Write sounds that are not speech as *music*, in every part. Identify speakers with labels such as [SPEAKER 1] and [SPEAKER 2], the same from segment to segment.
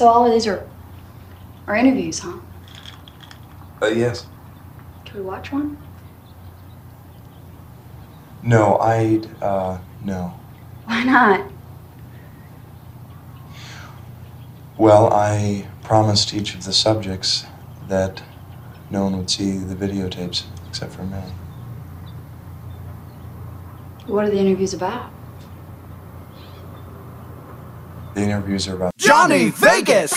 [SPEAKER 1] So all of these are are interviews, huh?
[SPEAKER 2] Uh, yes.
[SPEAKER 1] Can we watch one?
[SPEAKER 2] No, I'd, uh, no.
[SPEAKER 1] Why not?
[SPEAKER 2] Well, I promised each of the subjects that no one would see the videotapes except for me.
[SPEAKER 1] What are the interviews about?
[SPEAKER 2] The interviews are about
[SPEAKER 3] Johnny Vegas!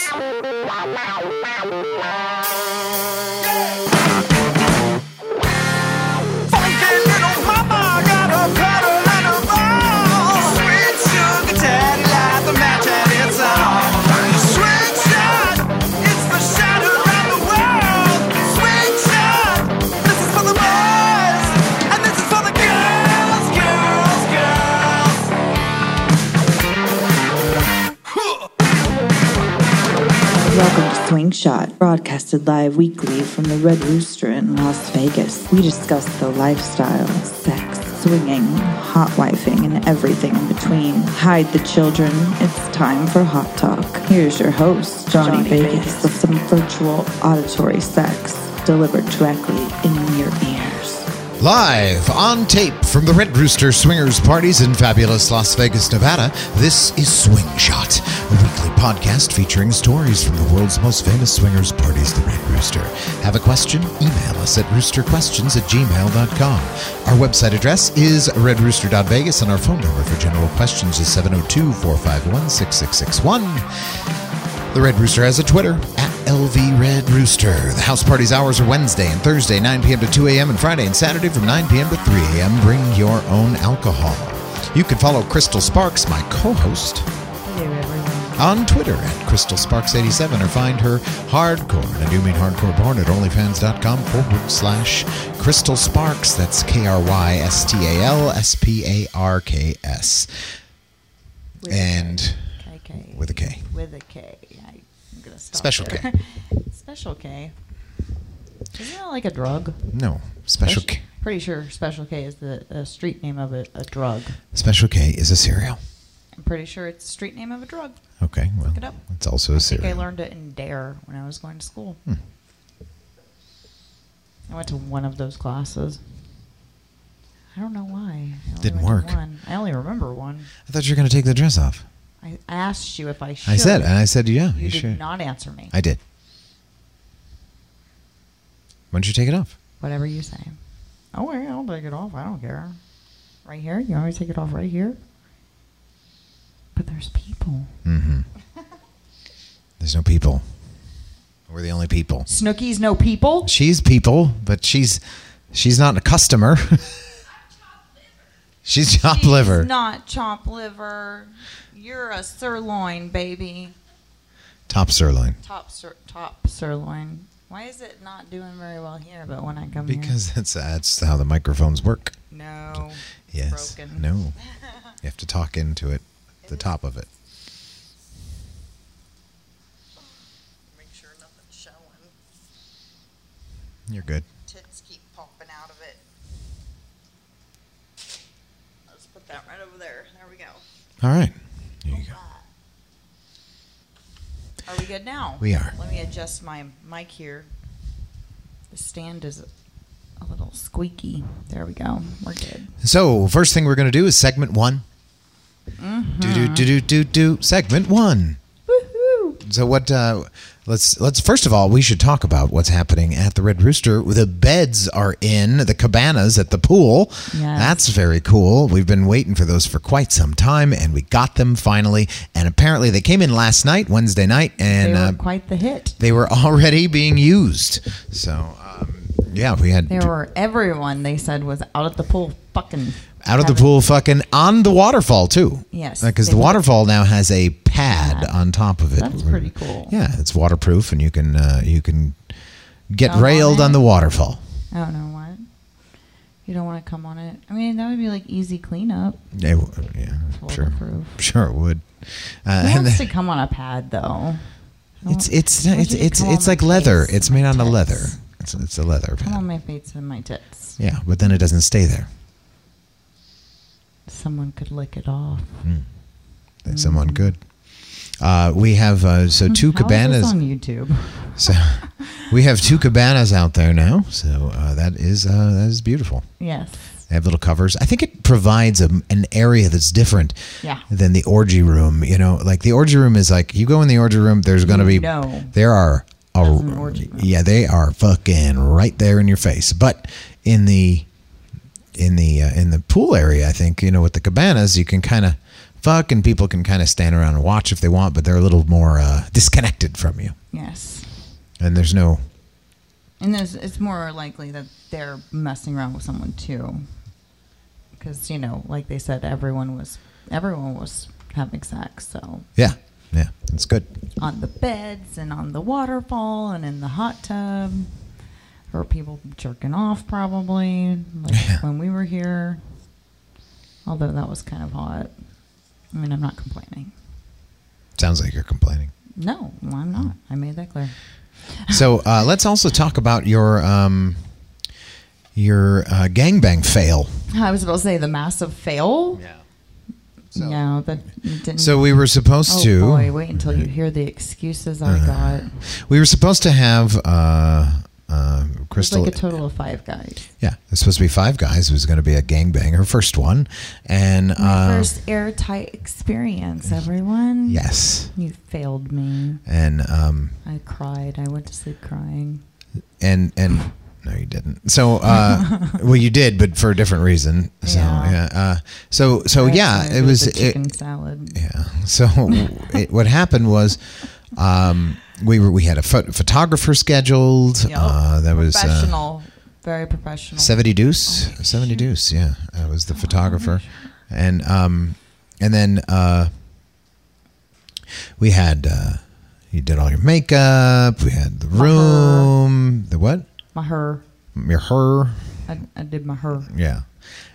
[SPEAKER 3] Funky little mama got a pedal and a ball. Sweet sugar daddy light the match and it's on. Sweet shot, it's the shadow around the world. Sweet shot, this is for the boys. And this is for the girls, girls, girls.
[SPEAKER 4] Welcome to Swing Shot, broadcasted live weekly from the Red Rooster in Las Vegas. We discuss the lifestyle, sex, swinging, hot wifing, and everything in between. Hide the children. It's time for Hot Talk. Here's your host, Johnny, Vegas, with some virtual auditory sex delivered directly in your ears.
[SPEAKER 5] Live on tape from the Red Rooster Swingers parties in fabulous Las Vegas, Nevada, this is Swing Shot, a weekly podcast featuring stories from the world's most famous swingers parties, the Red Rooster. Have a question? Email us at roosterquestions at gmail.com. Our website address is redrooster.vegas, and our phone number for general questions is 702 451 6661. The Red Rooster has a Twitter at LV Red Rooster. The house party's hours are Wednesday and Thursday, 9 p.m. to 2 a.m., and Friday and Saturday from 9 p.m. to 3 a.m. Bring your own alcohol. You can follow Crystal Sparks, my co host, on Twitter at Crystal Sparks87 or find her hardcore, and I do mean hardcore porn, at onlyfans.com forward slash Crystal Sparks. That's K R Y S T A L S P A R K S. And
[SPEAKER 6] KK.
[SPEAKER 5] with a K.
[SPEAKER 6] With a K. I- I'm gonna stop.
[SPEAKER 5] Special
[SPEAKER 6] there.
[SPEAKER 5] K.
[SPEAKER 6] *laughs* Special K. Isn't that like a drug?
[SPEAKER 5] No, special
[SPEAKER 6] Spec-
[SPEAKER 5] K.
[SPEAKER 6] Pretty sure Special K is the uh, street name of a, a drug.
[SPEAKER 5] Special K is a cereal.
[SPEAKER 6] I'm pretty sure it's the street name of a drug.
[SPEAKER 5] Okay, well,
[SPEAKER 6] it up.
[SPEAKER 5] it's also a
[SPEAKER 6] I think I
[SPEAKER 5] cereal.
[SPEAKER 6] learned it in Dare when I was going to school.
[SPEAKER 5] Hmm.
[SPEAKER 6] I went to one of those classes. I don't know why. I only
[SPEAKER 5] Didn't work.
[SPEAKER 6] went to One. I only remember one.
[SPEAKER 5] I thought you were going to take the dress off.
[SPEAKER 6] I asked you if I should.
[SPEAKER 5] I said, and I said, yeah, you,
[SPEAKER 6] you, did
[SPEAKER 5] should.
[SPEAKER 6] not answer me.
[SPEAKER 5] I did. Why don't you take it off?
[SPEAKER 6] Whatever you say. Oh, well, I'll take it off. I don't care. Right here? You want me to take it off right here? But there's people.
[SPEAKER 5] Mm-hmm.
[SPEAKER 6] *laughs*
[SPEAKER 5] There's no people. We're the only people.
[SPEAKER 6] Snooki's no people?
[SPEAKER 5] She's people, but she's she's not a customer. *laughs* she's chop liver.
[SPEAKER 6] She's not chop liver. You're a sirloin, baby.
[SPEAKER 5] Top sirloin.
[SPEAKER 6] Top sir- top sirloin. Why is it not doing very well here, but when I come here?
[SPEAKER 5] Because that's that's how the microphones work.
[SPEAKER 6] No.
[SPEAKER 5] Yes.
[SPEAKER 6] Broken.
[SPEAKER 5] No. You have to talk into it, the top of it.
[SPEAKER 6] *laughs* Make sure nothing's showing.
[SPEAKER 5] You're good.
[SPEAKER 6] Tits keep popping out of it. Let's put that right over there. There we go.
[SPEAKER 5] All right. There you go.
[SPEAKER 6] Are we good now?
[SPEAKER 5] We are.
[SPEAKER 6] Let me adjust my mic here. The stand is a little squeaky. There we go. We're good.
[SPEAKER 5] So, first thing we're going to do is segment one. Do do do do do do. Segment one.
[SPEAKER 6] Woohoo!
[SPEAKER 5] So what? Uh, let's let's first of all we should talk about what's happening at the Red Rooster. The beds are in the cabanas at the pool.
[SPEAKER 6] Yes.
[SPEAKER 5] That's very cool. We've been waiting for those for quite some time, and we got them finally. And apparently they came in last night, Wednesday night,
[SPEAKER 6] They
[SPEAKER 5] and
[SPEAKER 6] were
[SPEAKER 5] uh,
[SPEAKER 6] quite the hit.
[SPEAKER 5] they were already being used. So um, yeah, we had
[SPEAKER 6] There were everyone they said was out at the pool fucking
[SPEAKER 5] out of the
[SPEAKER 6] having-
[SPEAKER 5] pool, fucking on the waterfall too.
[SPEAKER 6] Yes,
[SPEAKER 5] because
[SPEAKER 6] they
[SPEAKER 5] the
[SPEAKER 6] put-
[SPEAKER 5] waterfall now has a pad
[SPEAKER 6] Pad.
[SPEAKER 5] on top of it.
[SPEAKER 6] That's pretty cool.
[SPEAKER 5] Yeah, it's waterproof, and you can uh, you can get
[SPEAKER 6] Come on
[SPEAKER 5] railed on
[SPEAKER 6] in.
[SPEAKER 5] the waterfall.
[SPEAKER 6] I don't know what. You don't want to come on it. I mean, that would be like easy cleanup.
[SPEAKER 5] Yeah, w- yeah, sure,
[SPEAKER 6] Waterproof.
[SPEAKER 5] *laughs* sure it would. Uh,
[SPEAKER 6] Who
[SPEAKER 5] and
[SPEAKER 6] wants to
[SPEAKER 5] the-
[SPEAKER 6] come on a pad though? I
[SPEAKER 5] it's
[SPEAKER 6] want-
[SPEAKER 5] it's
[SPEAKER 6] I want
[SPEAKER 5] it's
[SPEAKER 6] you to
[SPEAKER 5] it's
[SPEAKER 6] come on
[SPEAKER 5] it's
[SPEAKER 6] my
[SPEAKER 5] like leather.
[SPEAKER 6] face
[SPEAKER 5] It's
[SPEAKER 6] and
[SPEAKER 5] made
[SPEAKER 6] my
[SPEAKER 5] out of
[SPEAKER 6] tits.
[SPEAKER 5] leather. It's it's a leather
[SPEAKER 6] Come
[SPEAKER 5] pad.
[SPEAKER 6] on my face and my tits.
[SPEAKER 5] Yeah, but then it doesn't stay there.
[SPEAKER 6] Someone could lick it off.
[SPEAKER 5] That's someone good. Uh, we have uh, so two
[SPEAKER 6] Mm-hmm. Hmm, How is this
[SPEAKER 5] cabanas.
[SPEAKER 6] on YouTube.
[SPEAKER 5] So we have two cabanas out there now. So uh, that is uh, that is beautiful.
[SPEAKER 6] Yes.
[SPEAKER 5] They have little covers. I think it provides a, an area that's different
[SPEAKER 6] Yeah.
[SPEAKER 5] than the orgy room. You know, like the orgy room is like you go in the orgy room. There's going to be
[SPEAKER 6] know.
[SPEAKER 5] there are a,
[SPEAKER 6] an orgy room.
[SPEAKER 5] yeah they are fucking right there in your face. But in the in the uh, in the pool area, I think you know with the cabanas you can kind of fuck and people can kind of stand around and watch if they want, but they're a little more uh, disconnected from you.
[SPEAKER 6] Yes.
[SPEAKER 5] And there's no
[SPEAKER 6] And there's, it's more likely that they're messing around with someone too, because you know, like they said, everyone was everyone was having sex. So
[SPEAKER 5] yeah yeah it's good.
[SPEAKER 6] on the beds and on the waterfall and in the hot tub, or people jerking off probably, like
[SPEAKER 5] Yeah.
[SPEAKER 6] when we were here. Although that was kind of hot. I mean, I'm not complaining.
[SPEAKER 5] Sounds like you're complaining.
[SPEAKER 6] No, I'm not. I made that clear.
[SPEAKER 5] So uh,
[SPEAKER 6] *laughs*
[SPEAKER 5] let's also talk about your um, your uh, gangbang fail.
[SPEAKER 6] I was about to say the massive fail. Yeah.
[SPEAKER 5] So-
[SPEAKER 6] no, that didn't.
[SPEAKER 5] So we were supposed
[SPEAKER 6] Oh
[SPEAKER 5] to Uh,
[SPEAKER 6] boy, wait until you hear the excuses I got.
[SPEAKER 5] we were supposed to have uh, uh,
[SPEAKER 6] It's
[SPEAKER 5] Crystal.
[SPEAKER 6] like a total of five guys.
[SPEAKER 5] yeah, there's supposed to be five guys. It was going to be a gangbang, her first one, and uh,
[SPEAKER 6] First airtight experience, everyone.
[SPEAKER 5] yes,
[SPEAKER 6] You failed me.
[SPEAKER 5] and um,
[SPEAKER 6] I cried. I went to sleep crying.
[SPEAKER 5] and and no, you didn't. So uh,
[SPEAKER 6] *laughs*
[SPEAKER 5] well, you did, but for a different reason. So
[SPEAKER 6] Yeah.
[SPEAKER 5] yeah, uh, so so
[SPEAKER 6] That's
[SPEAKER 5] yeah,
[SPEAKER 6] when I
[SPEAKER 5] it was
[SPEAKER 6] the
[SPEAKER 5] it,
[SPEAKER 6] chicken salad.
[SPEAKER 5] Yeah. So it, what happened was, um, we were we had a pho- photographer scheduled.
[SPEAKER 6] Yep.
[SPEAKER 5] Uh, that was uh,
[SPEAKER 6] professional, very professional.
[SPEAKER 5] seventy deuce, seventy deuce. Yeah, that was the
[SPEAKER 6] Oh,
[SPEAKER 5] photographer, and um, and then uh, we had uh, you did all your makeup. We had the room. The what?
[SPEAKER 6] My her,
[SPEAKER 5] Your her.
[SPEAKER 6] I, I did my her.
[SPEAKER 5] Yeah.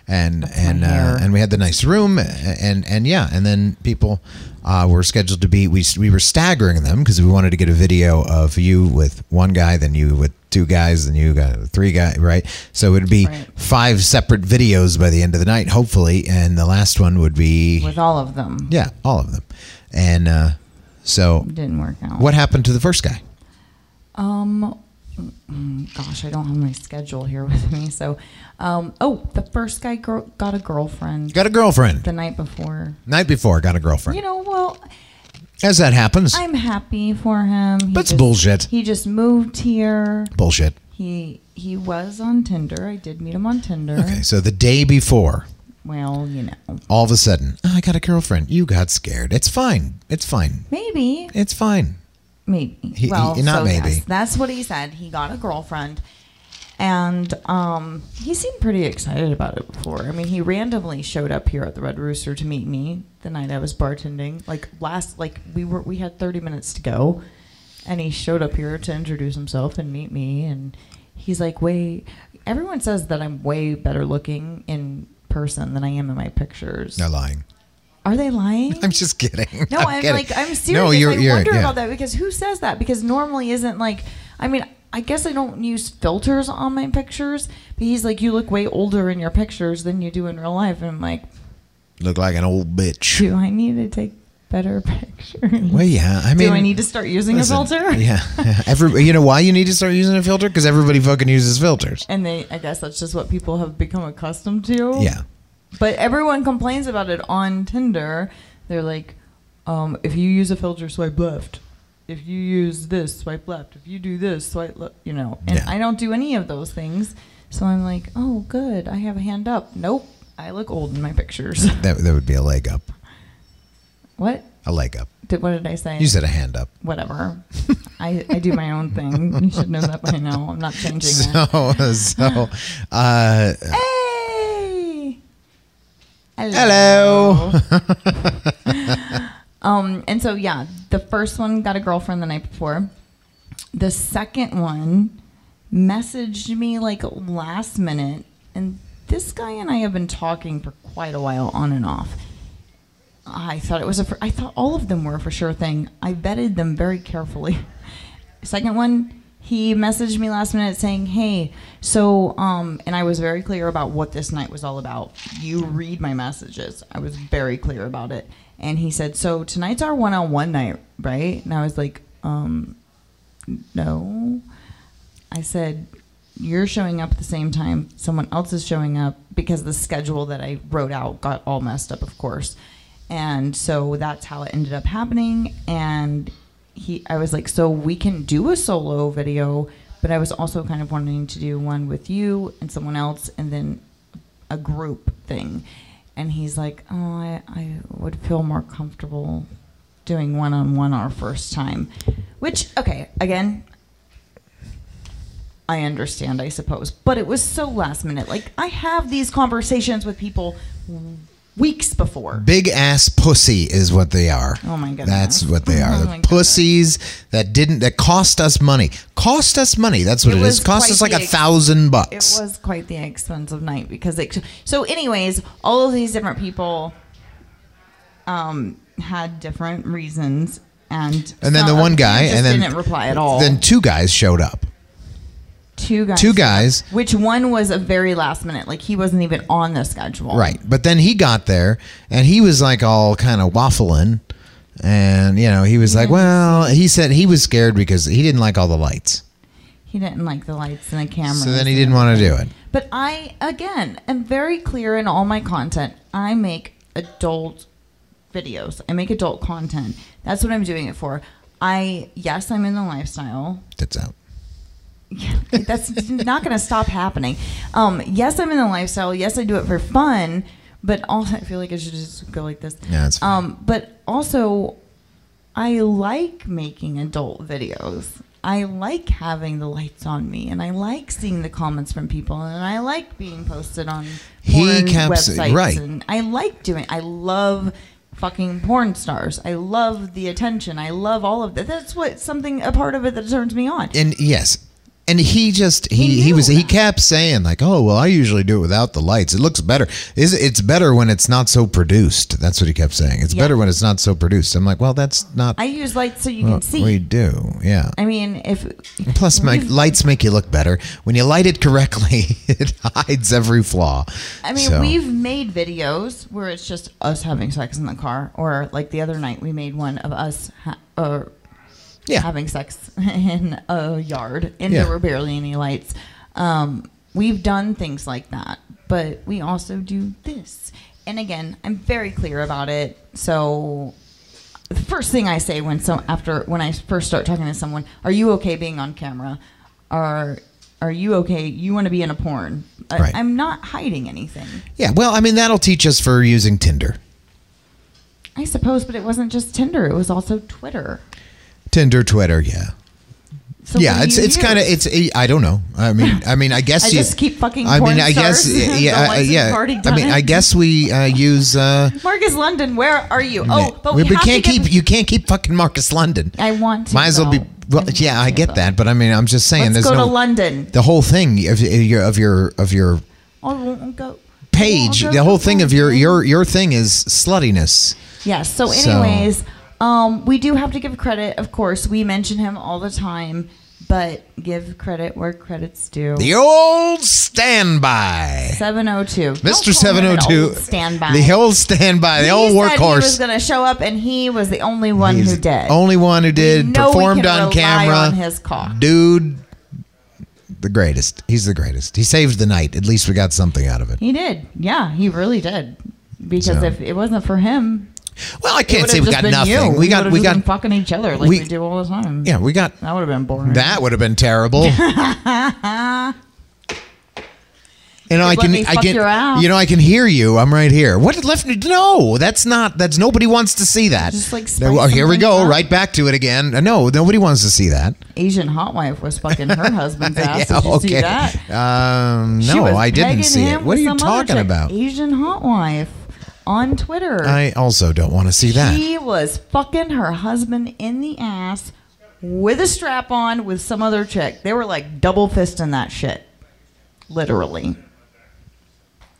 [SPEAKER 5] And
[SPEAKER 6] my
[SPEAKER 5] and uh,
[SPEAKER 6] hair.
[SPEAKER 5] and we had the nice room a- and and yeah and then people uh, were scheduled to be we we were staggering them because we wanted to get a video of you with one guy then you with two guys then you got three guys right so it'd be
[SPEAKER 6] Right.
[SPEAKER 5] five separate videos by the end of the night hopefully and the last one would be
[SPEAKER 6] with all of them.
[SPEAKER 5] yeah all of them and uh, so
[SPEAKER 6] Didn't work out.
[SPEAKER 5] what happened to the first guy
[SPEAKER 6] Um, mm, gosh, I don't have my schedule here *laughs* with me. So, um, oh, the first guy gr- got a girlfriend
[SPEAKER 5] got a girlfriend
[SPEAKER 6] the night before.
[SPEAKER 5] night before got a girlfriend
[SPEAKER 6] You know, well,
[SPEAKER 5] as that happens
[SPEAKER 6] I'm happy for him. He
[SPEAKER 5] That's bullshit.
[SPEAKER 6] He just moved here.
[SPEAKER 5] bullshit
[SPEAKER 6] He he was on Tinder. I did meet him on Tinder.
[SPEAKER 5] okay so the day before
[SPEAKER 6] Well, you know,
[SPEAKER 5] all of a sudden, "Oh, I got a girlfriend. You got scared. It's fine. It's fine.
[SPEAKER 6] maybe
[SPEAKER 5] It's fine.
[SPEAKER 6] maybe.
[SPEAKER 5] he-
[SPEAKER 6] well,
[SPEAKER 5] not
[SPEAKER 6] so
[SPEAKER 5] maybe.
[SPEAKER 6] yes, that's what he said. He got a girlfriend, and um, he seemed pretty excited about it before. I mean, he randomly showed up here at the Red Rooster to meet me the night I was bartending. Like last, like we were, we had thirty minutes to go, and he showed up here to introduce himself and meet me. And he's like, "Wait, everyone says that I'm way better looking in." person than I am in my pictures.
[SPEAKER 5] No lying. *laughs*
[SPEAKER 6] Are they lying?
[SPEAKER 5] I'm just kidding.
[SPEAKER 6] No, I'm,
[SPEAKER 5] kidding.
[SPEAKER 6] like I'm serious. I wonder about that because who says that? Because normally isn't like I mean I guess I don't use filters on my pictures. But he's like, you look way older in your pictures than you do in real life, and I'm like,
[SPEAKER 5] Look like an old bitch.
[SPEAKER 6] do I need to take better *laughs* pictures?
[SPEAKER 5] Well, yeah. I mean,
[SPEAKER 6] do I need to start using
[SPEAKER 5] listen,
[SPEAKER 6] a
[SPEAKER 5] *laughs*
[SPEAKER 6] filter?
[SPEAKER 5] Yeah.
[SPEAKER 6] *laughs*
[SPEAKER 5] yeah. Every, you know why you need to start using a filter? Because everybody fucking uses filters.
[SPEAKER 6] And they, I guess that's just what people have become accustomed to.
[SPEAKER 5] Yeah.
[SPEAKER 6] But everyone complains about it on Tinder. They're like, um, if you use a filter, swipe left. If you use this, swipe left. If you do this, swipe left. You know, and
[SPEAKER 5] Yeah.
[SPEAKER 6] I don't do any of those things. So I'm like, oh, good. I have a hand up. Nope. I look old in my pictures. *laughs*
[SPEAKER 5] That, that would be a leg up.
[SPEAKER 6] what?
[SPEAKER 5] A leg up.
[SPEAKER 6] Did, what did I say?
[SPEAKER 5] You said a hand up.
[SPEAKER 6] Whatever. *laughs* I, I do my own thing. You should know that by now. I'm not changing it.
[SPEAKER 5] *laughs* So, so,
[SPEAKER 6] *laughs*
[SPEAKER 5] uh,
[SPEAKER 6] Hey!
[SPEAKER 5] hello. *laughs*
[SPEAKER 6] *laughs* Um, and so yeah, the first one got a girlfriend the night before. The second one messaged me like last minute, and this guy and I have been talking for quite a while on and off. I thought it was a. For, I thought all of them were a for sure thing. I vetted them very carefully. *laughs* Second one, he messaged me last minute saying, "Hey, so um," and I was very clear about what this night was all about. You read my messages. I was very clear about it. And he said, "So tonight's our one-on-one night, right?" And I was like, "Um, no." I said, "You're showing up at the same time someone else is showing up because the schedule that I wrote out got all messed up, of course." And so that's how it ended up happening. And he I was like, so we can do a solo video, but I was also kind of wanting to do one with you and someone else and then a group thing. And he's like, Oh, I, I would feel more comfortable doing one on one our first time. Which, okay, again, I understand, I suppose. But it was so last minute. Like I have these conversations with people weeks before.
[SPEAKER 5] Big ass pussy is what they are.
[SPEAKER 6] Oh my goodness.
[SPEAKER 5] That's what they are.
[SPEAKER 6] *laughs* Oh my
[SPEAKER 5] the
[SPEAKER 6] goodness.
[SPEAKER 5] pussies that didn't that cost us money. Cost us money. That's what
[SPEAKER 6] It
[SPEAKER 5] it is.
[SPEAKER 6] was
[SPEAKER 5] Cost
[SPEAKER 6] quite
[SPEAKER 5] us like a
[SPEAKER 6] the ex-
[SPEAKER 5] thousand
[SPEAKER 6] It
[SPEAKER 5] bucks.
[SPEAKER 6] was quite the expensive night because it. So, anyways, all of these different people um, had different reasons, and
[SPEAKER 5] And then
[SPEAKER 6] some
[SPEAKER 5] the
[SPEAKER 6] of
[SPEAKER 5] one
[SPEAKER 6] them
[SPEAKER 5] guy,
[SPEAKER 6] just
[SPEAKER 5] and then
[SPEAKER 6] didn't reply at all.
[SPEAKER 5] Then two guys showed up.
[SPEAKER 6] two guys,
[SPEAKER 5] Two guys.
[SPEAKER 6] which one was a very last minute, like he wasn't even on the schedule,
[SPEAKER 5] Right. But then he got there and he was like all kind of waffling. And, you know, he was like, well, he said he was scared because he didn't like all the lights.
[SPEAKER 6] He didn't like the lights and the camera.
[SPEAKER 5] So then he didn't want to do it.
[SPEAKER 6] But I, again, am very clear in all my content. I make adult videos, I make adult content. That's what I'm doing it for. I, yes, I'm in the lifestyle.
[SPEAKER 5] That's out.
[SPEAKER 6] *laughs* That's not going to stop happening. Um, yes, I'm in the lifestyle. Yes, I do it for fun. But also, I feel like I should just go like this.
[SPEAKER 5] Yeah, it's fine.
[SPEAKER 6] Um, but also, I like making adult videos. I like having the lights on me, and I like seeing the comments from people, and I like being posted on
[SPEAKER 5] He
[SPEAKER 6] porn
[SPEAKER 5] caps-
[SPEAKER 6] websites.
[SPEAKER 5] right.
[SPEAKER 6] And I like doing. I love fucking porn stars. I love the attention. I love all of that. That's what something a part of it that turns me on.
[SPEAKER 5] and yes and he just he he,
[SPEAKER 6] He knew
[SPEAKER 5] was he
[SPEAKER 6] that.
[SPEAKER 5] kept saying like oh well i usually do it without the lights it looks better is it's better when it's not so produced that's what he kept saying it's
[SPEAKER 6] Yeah.
[SPEAKER 5] better when it's not so produced i'm like well that's not
[SPEAKER 6] I use lights so you can
[SPEAKER 5] what
[SPEAKER 6] see.
[SPEAKER 5] we do yeah
[SPEAKER 6] I mean, if
[SPEAKER 5] plus my
[SPEAKER 6] we've-
[SPEAKER 5] lights make you look better when you light it correctly *laughs* it hides every flaw
[SPEAKER 6] I mean,
[SPEAKER 5] So,
[SPEAKER 6] we've made videos where it's just us having sex in the car, or like the other night we made one of us ha- or
[SPEAKER 5] yeah
[SPEAKER 6] having sex *laughs* in a yard, and
[SPEAKER 5] Yeah.
[SPEAKER 6] there were barely any lights. Um, we've done things like that, but we also do this. And again, I'm very clear about it. So the first thing I say when some after when I first start talking to someone, are you okay being on camera? Are are you okay? You want to be in a porn? I,
[SPEAKER 5] Right.
[SPEAKER 6] I'm not hiding anything,
[SPEAKER 5] yeah well i mean that'll teach us for using tinder
[SPEAKER 6] I suppose. But it wasn't just Tinder; it was also Twitter.
[SPEAKER 5] tinder twitter yeah
[SPEAKER 6] So
[SPEAKER 5] yeah,
[SPEAKER 6] what do
[SPEAKER 5] it's
[SPEAKER 6] you
[SPEAKER 5] it's
[SPEAKER 6] use?
[SPEAKER 5] kind of it's eh, I don't know. I mean, I mean, I guess
[SPEAKER 6] *laughs* I
[SPEAKER 5] you
[SPEAKER 6] just keep fucking
[SPEAKER 5] I mean,
[SPEAKER 6] porn
[SPEAKER 5] I guess eh, yeah,
[SPEAKER 6] stars.
[SPEAKER 5] yeah,
[SPEAKER 6] *laughs* The
[SPEAKER 5] I-
[SPEAKER 6] lights have
[SPEAKER 5] yeah.
[SPEAKER 6] already
[SPEAKER 5] I
[SPEAKER 6] done
[SPEAKER 5] mean,
[SPEAKER 6] it.
[SPEAKER 5] I guess we uh, use. Uh,
[SPEAKER 6] Marcus London, where are you? Oh, but
[SPEAKER 5] we,
[SPEAKER 6] we,
[SPEAKER 5] we
[SPEAKER 6] have
[SPEAKER 5] can't
[SPEAKER 6] to
[SPEAKER 5] keep
[SPEAKER 6] give-
[SPEAKER 5] you can't keep fucking Marcus London.
[SPEAKER 6] I want to,
[SPEAKER 5] Might as well be.
[SPEAKER 6] though.
[SPEAKER 5] Well,
[SPEAKER 6] I want
[SPEAKER 5] yeah, I
[SPEAKER 6] to,
[SPEAKER 5] get
[SPEAKER 6] though.
[SPEAKER 5] that, but I mean, I'm just saying.
[SPEAKER 6] Let's
[SPEAKER 5] there's
[SPEAKER 6] go
[SPEAKER 5] no,
[SPEAKER 6] to London.
[SPEAKER 5] The whole thing of eh, your of your of your
[SPEAKER 6] Oh, we'll- we'll go.
[SPEAKER 5] page,
[SPEAKER 6] we'll go
[SPEAKER 5] the whole
[SPEAKER 6] to
[SPEAKER 5] thing of your
[SPEAKER 6] London.
[SPEAKER 5] your your thing is sluttiness.
[SPEAKER 6] Yes. So,
[SPEAKER 5] So-
[SPEAKER 6] anyways, um, we do have to give credit. Of course, we mention him all the time, but give credit where credit's due.
[SPEAKER 5] The old standby.
[SPEAKER 6] 702.
[SPEAKER 5] Mr. 702.
[SPEAKER 6] Standby.
[SPEAKER 5] The old standby. The old
[SPEAKER 6] he Said he was
[SPEAKER 5] workhorse.
[SPEAKER 6] going to show up, and he was the only one
[SPEAKER 5] He's
[SPEAKER 6] who did.
[SPEAKER 5] Only one who did.
[SPEAKER 6] know we
[SPEAKER 5] performed
[SPEAKER 6] can
[SPEAKER 5] on
[SPEAKER 6] rely
[SPEAKER 5] camera.
[SPEAKER 6] on his cock.
[SPEAKER 5] Dude, the greatest. He's the greatest. He saved the night. At least we got something out of it.
[SPEAKER 6] he did. Yeah, he really did. Because
[SPEAKER 5] So-
[SPEAKER 6] if it wasn't for him,
[SPEAKER 5] Well, I
[SPEAKER 6] it
[SPEAKER 5] can't
[SPEAKER 6] would've
[SPEAKER 5] say we
[SPEAKER 6] just
[SPEAKER 5] got
[SPEAKER 6] been
[SPEAKER 5] nothing.
[SPEAKER 6] You.
[SPEAKER 5] We got
[SPEAKER 6] would've
[SPEAKER 5] we
[SPEAKER 6] just been
[SPEAKER 5] got
[SPEAKER 6] fucking each other like
[SPEAKER 5] we-
[SPEAKER 6] we, do all the time.
[SPEAKER 5] yeah, we got
[SPEAKER 6] that would have been boring.
[SPEAKER 5] that would have been
[SPEAKER 6] *laughs*
[SPEAKER 5] terrible. you know, I
[SPEAKER 6] Let
[SPEAKER 5] can
[SPEAKER 6] me
[SPEAKER 5] I
[SPEAKER 6] fuck
[SPEAKER 5] can
[SPEAKER 6] your ass.
[SPEAKER 5] you know I can hear you. I'm right here. What left no, that's not that's nobody wants to see that.
[SPEAKER 6] Just, like, spice
[SPEAKER 5] oh, here we
[SPEAKER 6] something
[SPEAKER 5] go,
[SPEAKER 6] up.
[SPEAKER 5] right back to it again. No, nobody wants to see that.
[SPEAKER 6] Asian hot wife was fucking her husband's
[SPEAKER 5] *laughs*
[SPEAKER 6] ass.
[SPEAKER 5] Yeah,
[SPEAKER 6] Did you see that?
[SPEAKER 5] Um,
[SPEAKER 6] She
[SPEAKER 5] no,
[SPEAKER 6] was
[SPEAKER 5] I didn't
[SPEAKER 6] pegging
[SPEAKER 5] see it.
[SPEAKER 6] him
[SPEAKER 5] What
[SPEAKER 6] with
[SPEAKER 5] are you
[SPEAKER 6] some other
[SPEAKER 5] talking
[SPEAKER 6] chick.
[SPEAKER 5] about?
[SPEAKER 6] Asian hot wife on Twitter.
[SPEAKER 5] I also don't want to see that.
[SPEAKER 6] She was fucking her husband in the ass with a strap on with some other chick. They were like double fisting that shit. Literally.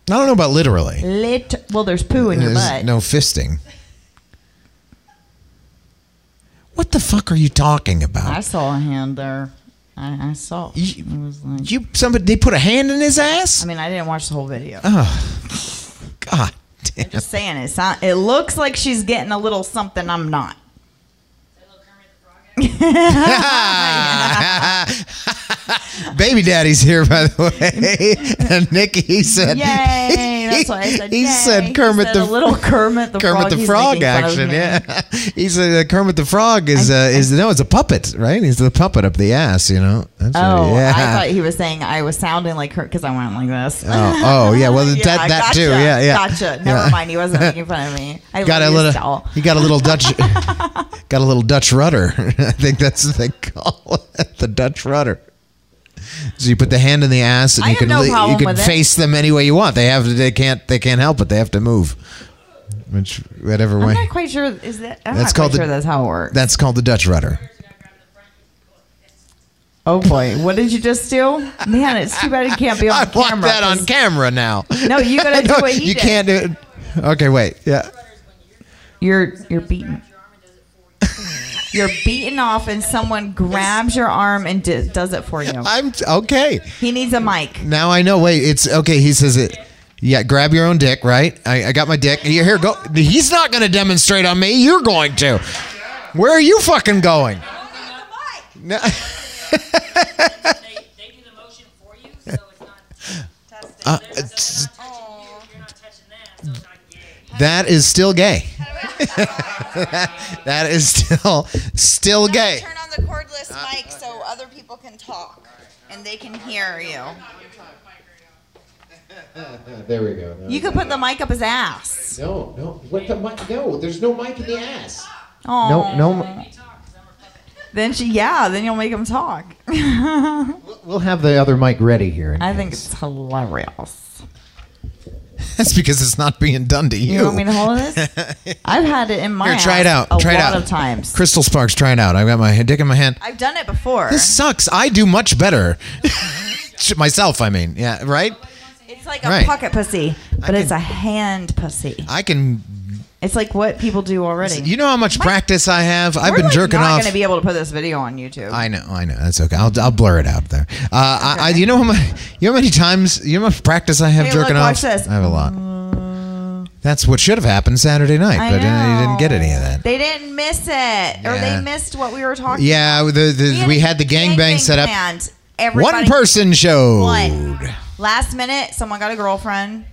[SPEAKER 5] I don't know about literally.
[SPEAKER 6] Lit. Well, there's poo in your
[SPEAKER 5] There's
[SPEAKER 6] butt.
[SPEAKER 5] no fisting. What the fuck are you talking about?
[SPEAKER 6] I saw a hand there. I, I saw.
[SPEAKER 5] You-
[SPEAKER 6] I was like,
[SPEAKER 5] You somebody they put a hand in his ass?
[SPEAKER 6] I mean, I didn't watch the whole video.
[SPEAKER 5] God damn.
[SPEAKER 6] *laughs* Just saying, it sound, it looks like she's getting a little something. I'm not.
[SPEAKER 5] Baby daddy's here, by the
[SPEAKER 6] *laughs*
[SPEAKER 5] way. and Nikki, *laughs* he said,
[SPEAKER 6] Yay! That's what I
[SPEAKER 5] *laughs*
[SPEAKER 6] said.
[SPEAKER 5] He
[SPEAKER 6] yay.
[SPEAKER 5] said Kermit
[SPEAKER 6] He said
[SPEAKER 5] the *laughs*
[SPEAKER 6] a little Kermit the
[SPEAKER 5] Kermit
[SPEAKER 6] frog.
[SPEAKER 5] the
[SPEAKER 6] He's
[SPEAKER 5] Frog
[SPEAKER 6] making fun of
[SPEAKER 5] action.
[SPEAKER 6] me.
[SPEAKER 5] Yeah, *laughs* he's a Kermit the Frog is uh, is no, it's a puppet, right? He's the puppet up the ass, you know. That's
[SPEAKER 6] Oh,
[SPEAKER 5] right, yeah.
[SPEAKER 6] I thought he was saying I was sounding like her because I went like this.
[SPEAKER 5] *laughs*
[SPEAKER 6] *laughs*
[SPEAKER 5] oh, oh, yeah. Well, that
[SPEAKER 6] I
[SPEAKER 5] that
[SPEAKER 6] gotcha,
[SPEAKER 5] too. Yeah, yeah.
[SPEAKER 6] Gotcha. Never mind. He wasn't making fun of me.
[SPEAKER 5] *laughs*
[SPEAKER 6] I
[SPEAKER 5] Got a
[SPEAKER 6] love you
[SPEAKER 5] little.
[SPEAKER 6] still.
[SPEAKER 5] He got a
[SPEAKER 6] *laughs*
[SPEAKER 5] little Dutch. *laughs* got a little Dutch rudder. *laughs* I think that's what they call it, the Dutch rudder. So you put the hand in the ass, and
[SPEAKER 6] I
[SPEAKER 5] you
[SPEAKER 6] have
[SPEAKER 5] can
[SPEAKER 6] no
[SPEAKER 5] li- you
[SPEAKER 6] problem
[SPEAKER 5] can
[SPEAKER 6] with it.
[SPEAKER 5] face them any way you want. They have they can't they can't help it. They have to move, which whatever *laughs*
[SPEAKER 6] I'm
[SPEAKER 5] way.
[SPEAKER 6] not quite sure. Is that? I'm
[SPEAKER 5] That's
[SPEAKER 6] not quite
[SPEAKER 5] called the-
[SPEAKER 6] sure that's how it works.
[SPEAKER 5] That's called the Dutch rudder.
[SPEAKER 6] oh boy, what did you just do? Man, it's too bad it can't be on
[SPEAKER 5] *laughs* I
[SPEAKER 6] camera.
[SPEAKER 5] want that on
[SPEAKER 6] 'cause-
[SPEAKER 5] camera now.
[SPEAKER 6] No, you
[SPEAKER 5] *laughs*
[SPEAKER 6] gotta do
[SPEAKER 5] No,
[SPEAKER 6] what he
[SPEAKER 5] you
[SPEAKER 6] did.
[SPEAKER 5] can't do it. Okay, wait. Yeah.
[SPEAKER 6] You're you're beaten. You're beaten off, and someone grabs your arm and d- does it for you.
[SPEAKER 5] I'm okay.
[SPEAKER 6] He needs a mic.
[SPEAKER 5] Now I know. Wait, it's okay. He says it. Yeah, grab your own dick, right? I, I got my dick. Here, here, go. He's not going to demonstrate on me. You're going to. Where are you fucking going? *laughs* Uh, No.
[SPEAKER 7] they, they do the motion for you, so *laughs* it's not.
[SPEAKER 5] Uh, it's-
[SPEAKER 7] touching you, you're not touching them, so it's not gay.
[SPEAKER 5] that is still gay. *laughs* that is still still gay. Uh,
[SPEAKER 8] Turn on the cordless mic so other people can talk and they can hear you.
[SPEAKER 5] There we go.
[SPEAKER 6] You could put the mic up his ass.
[SPEAKER 5] No, no. What the mic? No, there's no mic in the ass.
[SPEAKER 6] Oh.
[SPEAKER 5] No, no.
[SPEAKER 6] Then she, yeah. Then you'll make him talk. *laughs* I
[SPEAKER 5] We'll have the other mic ready here.
[SPEAKER 6] think it's hilarious.
[SPEAKER 5] *laughs* that's because it's not being done to you.
[SPEAKER 6] You want me to
[SPEAKER 5] *laughs*
[SPEAKER 6] hold this? I've had it in my
[SPEAKER 5] Here, try it
[SPEAKER 6] ass
[SPEAKER 5] out.
[SPEAKER 6] A
[SPEAKER 5] try it
[SPEAKER 6] lot
[SPEAKER 5] out.
[SPEAKER 6] of times.
[SPEAKER 5] Crystal Sparks, try it out. I've got my dick in my hand.
[SPEAKER 6] I've done it before.
[SPEAKER 5] This sucks. I do much better. *laughs* Myself, I mean. Yeah, right?
[SPEAKER 6] it's like a
[SPEAKER 5] Right.
[SPEAKER 6] pocket pussy, but
[SPEAKER 5] I
[SPEAKER 6] it's
[SPEAKER 5] can-
[SPEAKER 6] a hand pussy.
[SPEAKER 5] I can.
[SPEAKER 6] It's like what people do already.
[SPEAKER 5] You know how much practice I have? I've
[SPEAKER 6] We're,
[SPEAKER 5] been
[SPEAKER 6] like,
[SPEAKER 5] jerking
[SPEAKER 6] not
[SPEAKER 5] off.
[SPEAKER 6] going to be able to put this video on YouTube.
[SPEAKER 5] I know, I know. That's okay. I'll, I'll blur it out there. Uh, I, I, you know how many, you know how many times, you know how much practice I have
[SPEAKER 6] Hey,
[SPEAKER 5] jerking
[SPEAKER 6] look,
[SPEAKER 5] off?
[SPEAKER 6] watch this.
[SPEAKER 5] I have a lot. That's what should have happened Saturday night,
[SPEAKER 6] I
[SPEAKER 5] but uh, you didn't get
[SPEAKER 6] know.
[SPEAKER 5] any of that.
[SPEAKER 6] They didn't miss it, or
[SPEAKER 5] Yeah.
[SPEAKER 6] they missed what we were talking.
[SPEAKER 5] Yeah, the, the,
[SPEAKER 6] about.
[SPEAKER 5] we had the gangbang set up.
[SPEAKER 6] planned. Everybody
[SPEAKER 5] One person showed.
[SPEAKER 6] One. Last minute, someone got a girlfriend.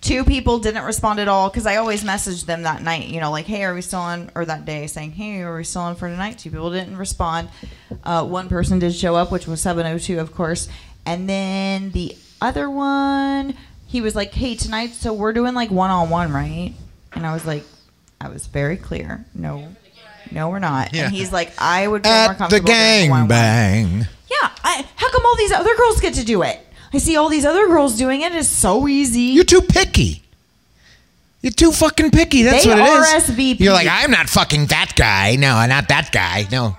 [SPEAKER 6] Two people didn't respond at all because I always messaged them that night, you know, like, hey, are we still on, or that day saying, hey, are we still on for tonight? Two people didn't respond. Uh, one person did show up, which was 702, of course. And then the other one, he was like, hey, tonight, so we're doing like one on one, right? And I was like, I was very clear. No, no, we're not.
[SPEAKER 5] Yeah.
[SPEAKER 6] And he's like, I would feel more
[SPEAKER 5] At the
[SPEAKER 6] comfortable doing one-on-one."
[SPEAKER 5] gangbang.
[SPEAKER 6] Yeah. I, how come all these other girls get to do it? I see all these other girls doing it. It's so easy.
[SPEAKER 5] You're too picky. You're too fucking picky. That's
[SPEAKER 6] They
[SPEAKER 5] what it is.
[SPEAKER 6] RSVP.
[SPEAKER 5] You're like, I'm not fucking that guy. No, not that guy. No.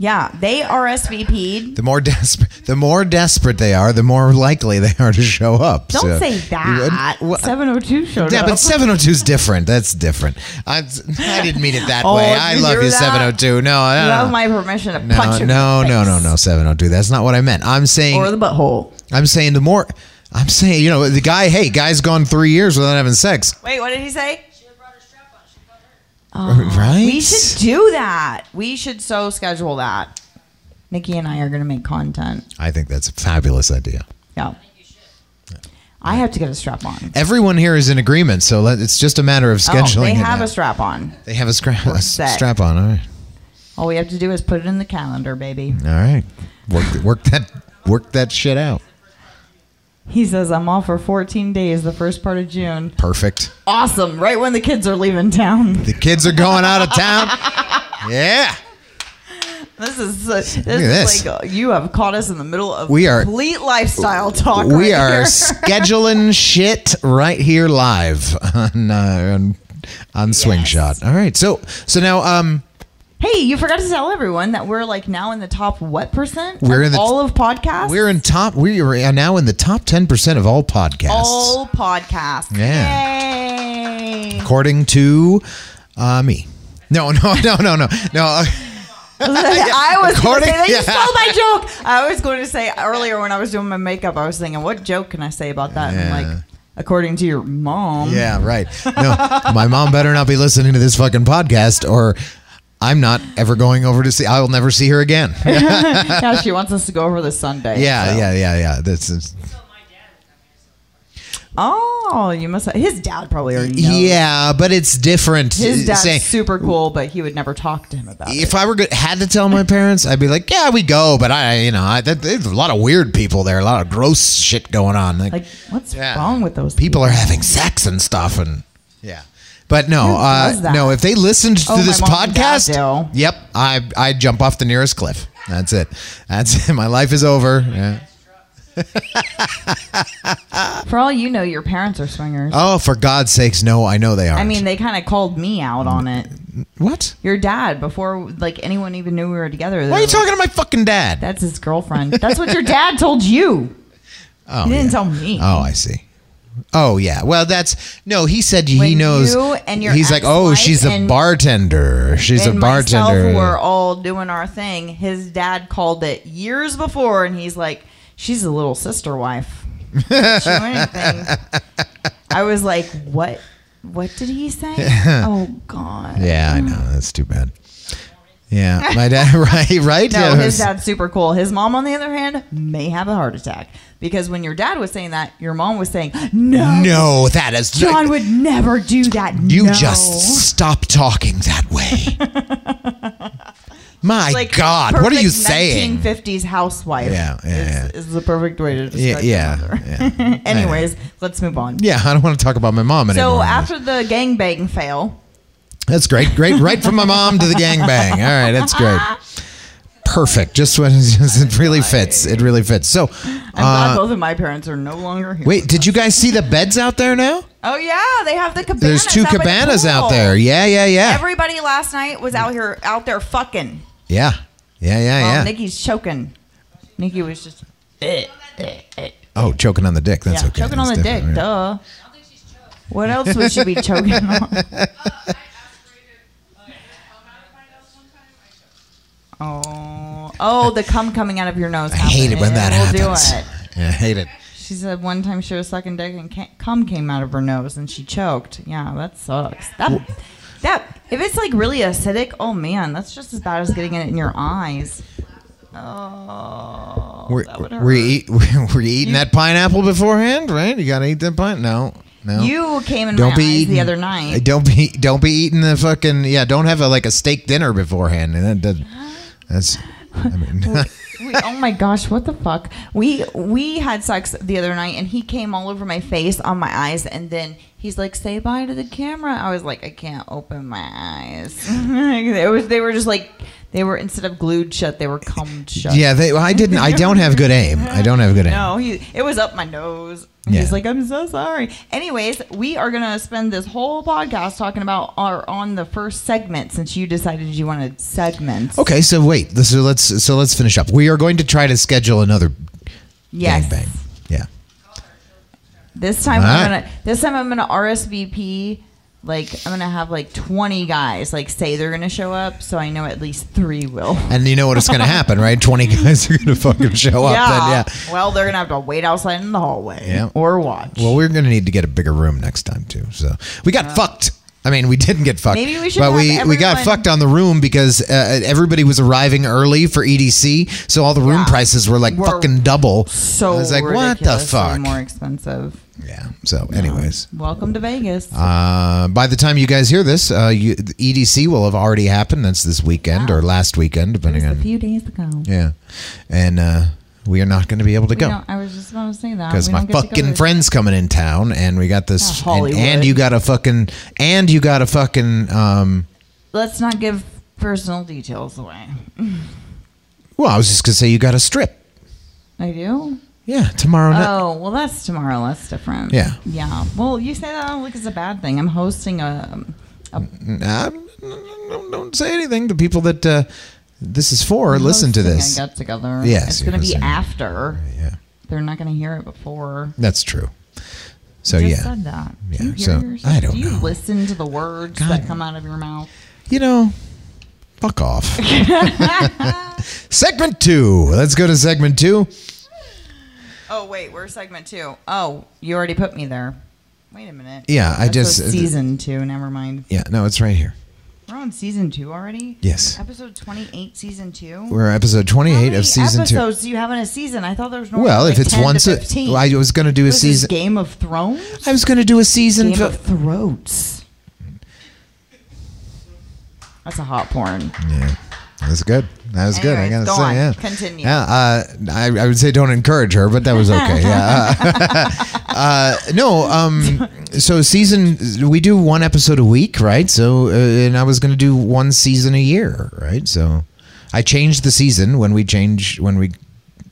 [SPEAKER 6] yeah. They RSVP'd.
[SPEAKER 5] The more *laughs* desperate, the more desperate they are, the more likely they are to show up.
[SPEAKER 6] Don't
[SPEAKER 5] So-
[SPEAKER 6] say that.
[SPEAKER 5] You- well,
[SPEAKER 6] 702 showed
[SPEAKER 5] yeah,
[SPEAKER 6] up.
[SPEAKER 5] but 702 is different. That's different. I, I didn't mean it that
[SPEAKER 6] Oh,
[SPEAKER 5] way.
[SPEAKER 6] did
[SPEAKER 5] I
[SPEAKER 6] you
[SPEAKER 5] love
[SPEAKER 6] do
[SPEAKER 5] you,
[SPEAKER 6] that?
[SPEAKER 5] 702. No, I
[SPEAKER 6] you
[SPEAKER 5] don't
[SPEAKER 6] have
[SPEAKER 5] know.
[SPEAKER 6] my permission to
[SPEAKER 5] no,
[SPEAKER 6] punch you.
[SPEAKER 5] no, no, no, no, 702. That's not what I meant. I'm saying
[SPEAKER 6] Or the butthole.
[SPEAKER 5] I'm saying the more I'm saying, you know, the guy, hey, guy's gone 3 years without having sex.
[SPEAKER 6] Wait, what did he say?
[SPEAKER 5] right?
[SPEAKER 6] We should do that. We should so schedule that. Nikki and I are going to make content.
[SPEAKER 5] I think that's a fabulous idea.
[SPEAKER 6] Yeah. I have to get a strap on.
[SPEAKER 5] Everyone here is in agreement, so let, it's just a matter of scheduling.
[SPEAKER 6] Oh, they
[SPEAKER 5] it
[SPEAKER 6] have
[SPEAKER 5] now.
[SPEAKER 6] a strap on.
[SPEAKER 5] They have a, scra- a s-
[SPEAKER 6] set.
[SPEAKER 5] strap on. All right,
[SPEAKER 6] All we have to do is put it in the calendar, baby.
[SPEAKER 5] all right. Work, work that, work that shit out.
[SPEAKER 6] He says, I'm off for 14 days, the first part of June.
[SPEAKER 5] Perfect.
[SPEAKER 6] Awesome. Right when the kids are leaving town.
[SPEAKER 5] The kids are going out of town. Yeah,
[SPEAKER 6] This is, this
[SPEAKER 5] at this.
[SPEAKER 6] is like, uh, you have caught us in the middle of
[SPEAKER 5] We are-
[SPEAKER 6] complete lifestyle talk.
[SPEAKER 5] we
[SPEAKER 6] right
[SPEAKER 5] are
[SPEAKER 6] here.
[SPEAKER 5] scheduling shit right here live on uh, on, on Swing Shot. All right, so so now um
[SPEAKER 6] hey, you forgot to tell everyone that we're like now in the top what percent?
[SPEAKER 5] We're
[SPEAKER 6] of
[SPEAKER 5] in the-
[SPEAKER 6] all of podcasts.
[SPEAKER 5] we're in top. We are now in the top ten percent of all podcasts.
[SPEAKER 6] all podcasts.
[SPEAKER 5] Yeah.
[SPEAKER 6] Yay.
[SPEAKER 5] *laughs*
[SPEAKER 6] *laughs*
[SPEAKER 5] according to uh, me. No, no, no, no, no, no.
[SPEAKER 6] I was going
[SPEAKER 5] According-
[SPEAKER 6] to say that you
[SPEAKER 5] yeah.
[SPEAKER 6] stole my
[SPEAKER 5] *laughs*
[SPEAKER 6] joke. I was going to say earlier when I was doing my makeup, I was thinking, what joke can I say about that? And I'm
[SPEAKER 5] Yeah.
[SPEAKER 6] like, according to your mom,
[SPEAKER 5] Yeah, right. No, my mom better not be listening to this fucking podcast, or I'm not ever going over to see. I will never see her
[SPEAKER 6] *laughs*
[SPEAKER 5] again. Yeah,
[SPEAKER 6] now she wants us to go over the Sunday.
[SPEAKER 5] yeah, yeah, yeah. That's is,
[SPEAKER 6] Oh, you must. His dad probably already knows.
[SPEAKER 5] yeah, but it's different.
[SPEAKER 6] His dad's
[SPEAKER 5] Saying-
[SPEAKER 6] super cool, but he would never talk to him about it.
[SPEAKER 5] if I were good, had to tell my parents, I'd be like, "Yeah, we go," but I, you know, I, that, there's a lot of weird people there, a lot of gross shit going on. Like,
[SPEAKER 6] Like, what's
[SPEAKER 5] Yeah.
[SPEAKER 6] wrong with those
[SPEAKER 5] people are having sex and stuff, and yeah. But no,
[SPEAKER 6] does
[SPEAKER 5] uh,
[SPEAKER 6] that?
[SPEAKER 5] no. If they listened to
[SPEAKER 6] Oh, my
[SPEAKER 5] this
[SPEAKER 6] mom and dad
[SPEAKER 5] podcast,
[SPEAKER 6] do.
[SPEAKER 5] yep, I I jump off the nearest cliff. That's it. That's *laughs* it. My life is over. Yeah.
[SPEAKER 6] For all you know, your parents are swingers.
[SPEAKER 5] Oh, for God's sakes, no! I know they are.
[SPEAKER 6] I mean, they kind of called me out on it.
[SPEAKER 5] what?
[SPEAKER 6] Your dad, before like anyone even knew we were together. they
[SPEAKER 5] Why are
[SPEAKER 6] were
[SPEAKER 5] you
[SPEAKER 6] like,
[SPEAKER 5] talking to my fucking dad?
[SPEAKER 6] That's his girlfriend. That's what your dad told you.
[SPEAKER 5] oh,
[SPEAKER 6] He didn't
[SPEAKER 5] yeah.
[SPEAKER 6] tell me.
[SPEAKER 5] Oh, I see. Oh yeah. Well, that's no. He said he
[SPEAKER 6] When
[SPEAKER 5] knows.
[SPEAKER 6] you and your
[SPEAKER 5] he's like, oh,
[SPEAKER 6] ex-wife
[SPEAKER 5] she's a
[SPEAKER 6] and-
[SPEAKER 5] bartender. She's a
[SPEAKER 6] and myself
[SPEAKER 5] bartender.
[SPEAKER 6] were all doing our thing. His dad called it years before, and he's like, "She's a little sister wife." She
[SPEAKER 5] *laughs*
[SPEAKER 6] don't anything. I was like, "What? What did
[SPEAKER 5] *laughs*
[SPEAKER 6] he say?" oh God.
[SPEAKER 5] yeah, I know. That's too bad.
[SPEAKER 6] *laughs*
[SPEAKER 5] Yeah, my dad. *laughs* Right, right.
[SPEAKER 6] No,
[SPEAKER 5] yeah, it
[SPEAKER 6] his
[SPEAKER 5] was-
[SPEAKER 6] dad's super cool. His mom, on the other hand, may have a heart attack because when your dad was saying that, your mom was saying, "No,
[SPEAKER 5] No, that is
[SPEAKER 6] John would never do that."
[SPEAKER 5] You
[SPEAKER 6] No."
[SPEAKER 5] just stop talking that
[SPEAKER 6] *laughs*
[SPEAKER 5] way. My
[SPEAKER 6] like
[SPEAKER 5] God, what are you
[SPEAKER 6] perfect
[SPEAKER 5] saying?
[SPEAKER 6] 1950s housewife.
[SPEAKER 5] Yeah, yeah,
[SPEAKER 6] is, is the perfect way to
[SPEAKER 5] Yeah,
[SPEAKER 6] describe your
[SPEAKER 5] yeah,
[SPEAKER 6] mother.
[SPEAKER 5] yeah.
[SPEAKER 6] *laughs* Anyways, let's move on.
[SPEAKER 5] Yeah, I don't want to talk about my mom anymore.
[SPEAKER 6] So after the gangbang fail,
[SPEAKER 5] that's great, great, right from my mom to the gangbang. All right, that's great. Perfect. Just when just,
[SPEAKER 6] *laughs*
[SPEAKER 5] it really fits. It really fits. So,
[SPEAKER 6] I'm glad
[SPEAKER 5] uh,
[SPEAKER 6] both of my parents are no longer here.
[SPEAKER 5] wait, did you guys see the beds out there now?
[SPEAKER 6] Oh yeah, they have the cabanas.
[SPEAKER 5] There's two
[SPEAKER 6] out by the
[SPEAKER 5] cabanas out
[SPEAKER 6] pool.
[SPEAKER 5] there. Yeah, yeah, yeah,
[SPEAKER 6] Everybody last night was out here, out there fucking.
[SPEAKER 5] yeah, yeah,
[SPEAKER 6] Well,
[SPEAKER 5] yeah, yeah.
[SPEAKER 6] Nikki's choking. Nikki was just eh.
[SPEAKER 5] Oh, choking on the dick. That's
[SPEAKER 6] yeah,
[SPEAKER 5] okay.
[SPEAKER 6] choking
[SPEAKER 5] That's
[SPEAKER 6] on the dick.
[SPEAKER 5] different.
[SPEAKER 6] Duh. What else
[SPEAKER 5] *laughs*
[SPEAKER 6] would she be choking on?
[SPEAKER 7] Uh,
[SPEAKER 6] Oh, oh, the cum coming out of your nose.
[SPEAKER 5] I hate it when that
[SPEAKER 6] We'll
[SPEAKER 5] happens.
[SPEAKER 6] do it.
[SPEAKER 5] Yeah, I hate it.
[SPEAKER 6] She said one time she was sucking dick and ca- cum came out of her nose and she choked. Yeah, that sucks. That that if it's like really acidic, oh man, that's just as bad as getting it in your eyes. Oh,
[SPEAKER 5] Were,
[SPEAKER 6] that would
[SPEAKER 5] were, you
[SPEAKER 6] hurt.
[SPEAKER 5] eat, *laughs* were you eating that pineapple beforehand? Right? You gotta eat that pine. No, no.
[SPEAKER 6] You came in my eyes the other night.
[SPEAKER 5] Don't be don't be eating the fucking yeah. Don't have a, like a steak dinner beforehand. And that, doesn't that's I
[SPEAKER 6] *laughs*
[SPEAKER 5] mean *laughs*
[SPEAKER 6] We, oh my gosh, what the fuck? We we had sex the other night, and he came all over my face, on my eyes, and then he's like, "Say bye to the camera." I was like, "I can't open my eyes." *laughs* it was they were just like they were instead of glued shut, they were cummed shut.
[SPEAKER 5] yeah. They, I didn't. I don't have good aim. I don't have good aim.
[SPEAKER 6] No, he it was up my nose.
[SPEAKER 5] Yeah.
[SPEAKER 6] He's like, I'm so sorry. Anyways, we are gonna spend this whole podcast talking about our on the first segment since you decided you wanted segments.
[SPEAKER 5] Okay, so wait. So let's so let's finish up. We are going to try to schedule another
[SPEAKER 6] Yes.
[SPEAKER 5] gangbang. Yeah.
[SPEAKER 6] This time
[SPEAKER 5] All
[SPEAKER 6] I'm
[SPEAKER 5] right.
[SPEAKER 6] gonna. This time I'm gonna RSVP. Like I'm gonna have like 20 guys like say they're gonna show up, so I know at least three will.
[SPEAKER 5] And you know what's going to happen, right? Twenty guys are going to fucking show
[SPEAKER 6] *laughs*
[SPEAKER 5] up. then, yeah.
[SPEAKER 6] Well, they're gonna have to wait outside in the hallway.
[SPEAKER 5] Yeah.
[SPEAKER 6] Or watch.
[SPEAKER 5] Well, we're going to need to get a bigger room next time too. So we got fucked. I mean, we didn't get fucked.
[SPEAKER 6] Maybe we should
[SPEAKER 5] But we
[SPEAKER 6] have
[SPEAKER 5] we got
[SPEAKER 6] everyone-
[SPEAKER 5] fucked on the room because uh, everybody was arriving early for EDC, so all the room
[SPEAKER 6] Yeah.
[SPEAKER 5] prices were like
[SPEAKER 6] Were
[SPEAKER 5] fucking double.
[SPEAKER 6] so
[SPEAKER 5] I was like, what the
[SPEAKER 6] ridiculously
[SPEAKER 5] fuck?
[SPEAKER 6] More expensive.
[SPEAKER 5] Yeah. So, anyways.
[SPEAKER 6] Welcome to Vegas.
[SPEAKER 5] Uh, by the time you guys hear this, uh, you, the EDC will have already happened. That's this weekend or last weekend, depending
[SPEAKER 6] Just a
[SPEAKER 5] on.
[SPEAKER 6] few days ago.
[SPEAKER 5] yeah, and uh, we are not going to be able to
[SPEAKER 6] We
[SPEAKER 5] go.
[SPEAKER 6] don't- I was just about to say that
[SPEAKER 5] because
[SPEAKER 6] Ah, We
[SPEAKER 5] my
[SPEAKER 6] don't get to go
[SPEAKER 5] fucking
[SPEAKER 6] this-
[SPEAKER 5] friend's coming in town and we got this
[SPEAKER 6] Ah,
[SPEAKER 5] and, and
[SPEAKER 6] Hollywood.
[SPEAKER 5] you got a fucking and you got a fucking um
[SPEAKER 6] Let's not give personal details away.
[SPEAKER 5] well i was just gonna say you got a strip
[SPEAKER 6] I do.
[SPEAKER 5] yeah tomorrow night
[SPEAKER 6] Oh well, that's tomorrow. That's different.
[SPEAKER 5] Yeah.
[SPEAKER 6] Yeah. Well, you say that like it's a bad thing. I'm hosting a. um,
[SPEAKER 5] Nah, don't, don't say anything to people that uh, this is for listen to
[SPEAKER 6] hosting
[SPEAKER 5] this
[SPEAKER 6] A get together.
[SPEAKER 5] Yes,
[SPEAKER 6] It's
[SPEAKER 5] you're
[SPEAKER 6] going to be
[SPEAKER 5] hosting-
[SPEAKER 6] after.
[SPEAKER 5] yeah
[SPEAKER 6] They're not going to hear it before.
[SPEAKER 5] that's true so
[SPEAKER 6] Just
[SPEAKER 5] yeah
[SPEAKER 6] said that.
[SPEAKER 5] Yeah,
[SPEAKER 6] Do you hear
[SPEAKER 5] so,
[SPEAKER 6] yourself?
[SPEAKER 5] I don't
[SPEAKER 6] Do you
[SPEAKER 5] know.
[SPEAKER 6] listen to the words
[SPEAKER 5] God.
[SPEAKER 6] that come out of your mouth?
[SPEAKER 5] you know Fuck
[SPEAKER 6] *laughs*
[SPEAKER 5] off. segment two. Let's go to segment two.
[SPEAKER 6] Oh wait, we're segment two. Oh, you already put me there. Wait a minute.
[SPEAKER 5] Yeah, I
[SPEAKER 6] That's
[SPEAKER 5] just- uh,
[SPEAKER 6] a season two. Never mind.
[SPEAKER 5] Yeah, no, it's right here.
[SPEAKER 6] We're on season two already.
[SPEAKER 5] Yes.
[SPEAKER 6] Episode twenty-eight, season two.
[SPEAKER 5] We're episode
[SPEAKER 6] How
[SPEAKER 5] 28
[SPEAKER 6] many
[SPEAKER 5] of season two.
[SPEAKER 6] episodes do you have in a season? I thought there was normally
[SPEAKER 5] Well,
[SPEAKER 6] like
[SPEAKER 5] if it's
[SPEAKER 6] 10 to
[SPEAKER 5] once a,
[SPEAKER 6] 15.
[SPEAKER 5] I was going to do a
[SPEAKER 6] This is
[SPEAKER 5] season.
[SPEAKER 6] Game of Thrones.
[SPEAKER 5] I was going to do a season.
[SPEAKER 6] Game
[SPEAKER 5] fi-
[SPEAKER 6] of Throats. That's a hot porn.
[SPEAKER 5] Yeah, that's good. That was good. I gotta
[SPEAKER 6] Anyways, go
[SPEAKER 5] say,
[SPEAKER 6] on.
[SPEAKER 5] yeah.
[SPEAKER 6] Continue.
[SPEAKER 5] Yeah, uh, I, I would say don't encourage her, but that was okay.
[SPEAKER 6] *laughs*
[SPEAKER 5] Yeah. *laughs* uh, no. Um. So season we do one episode a week, right? So uh, and I was gonna do one season a year, right? So I changed the season when we change when we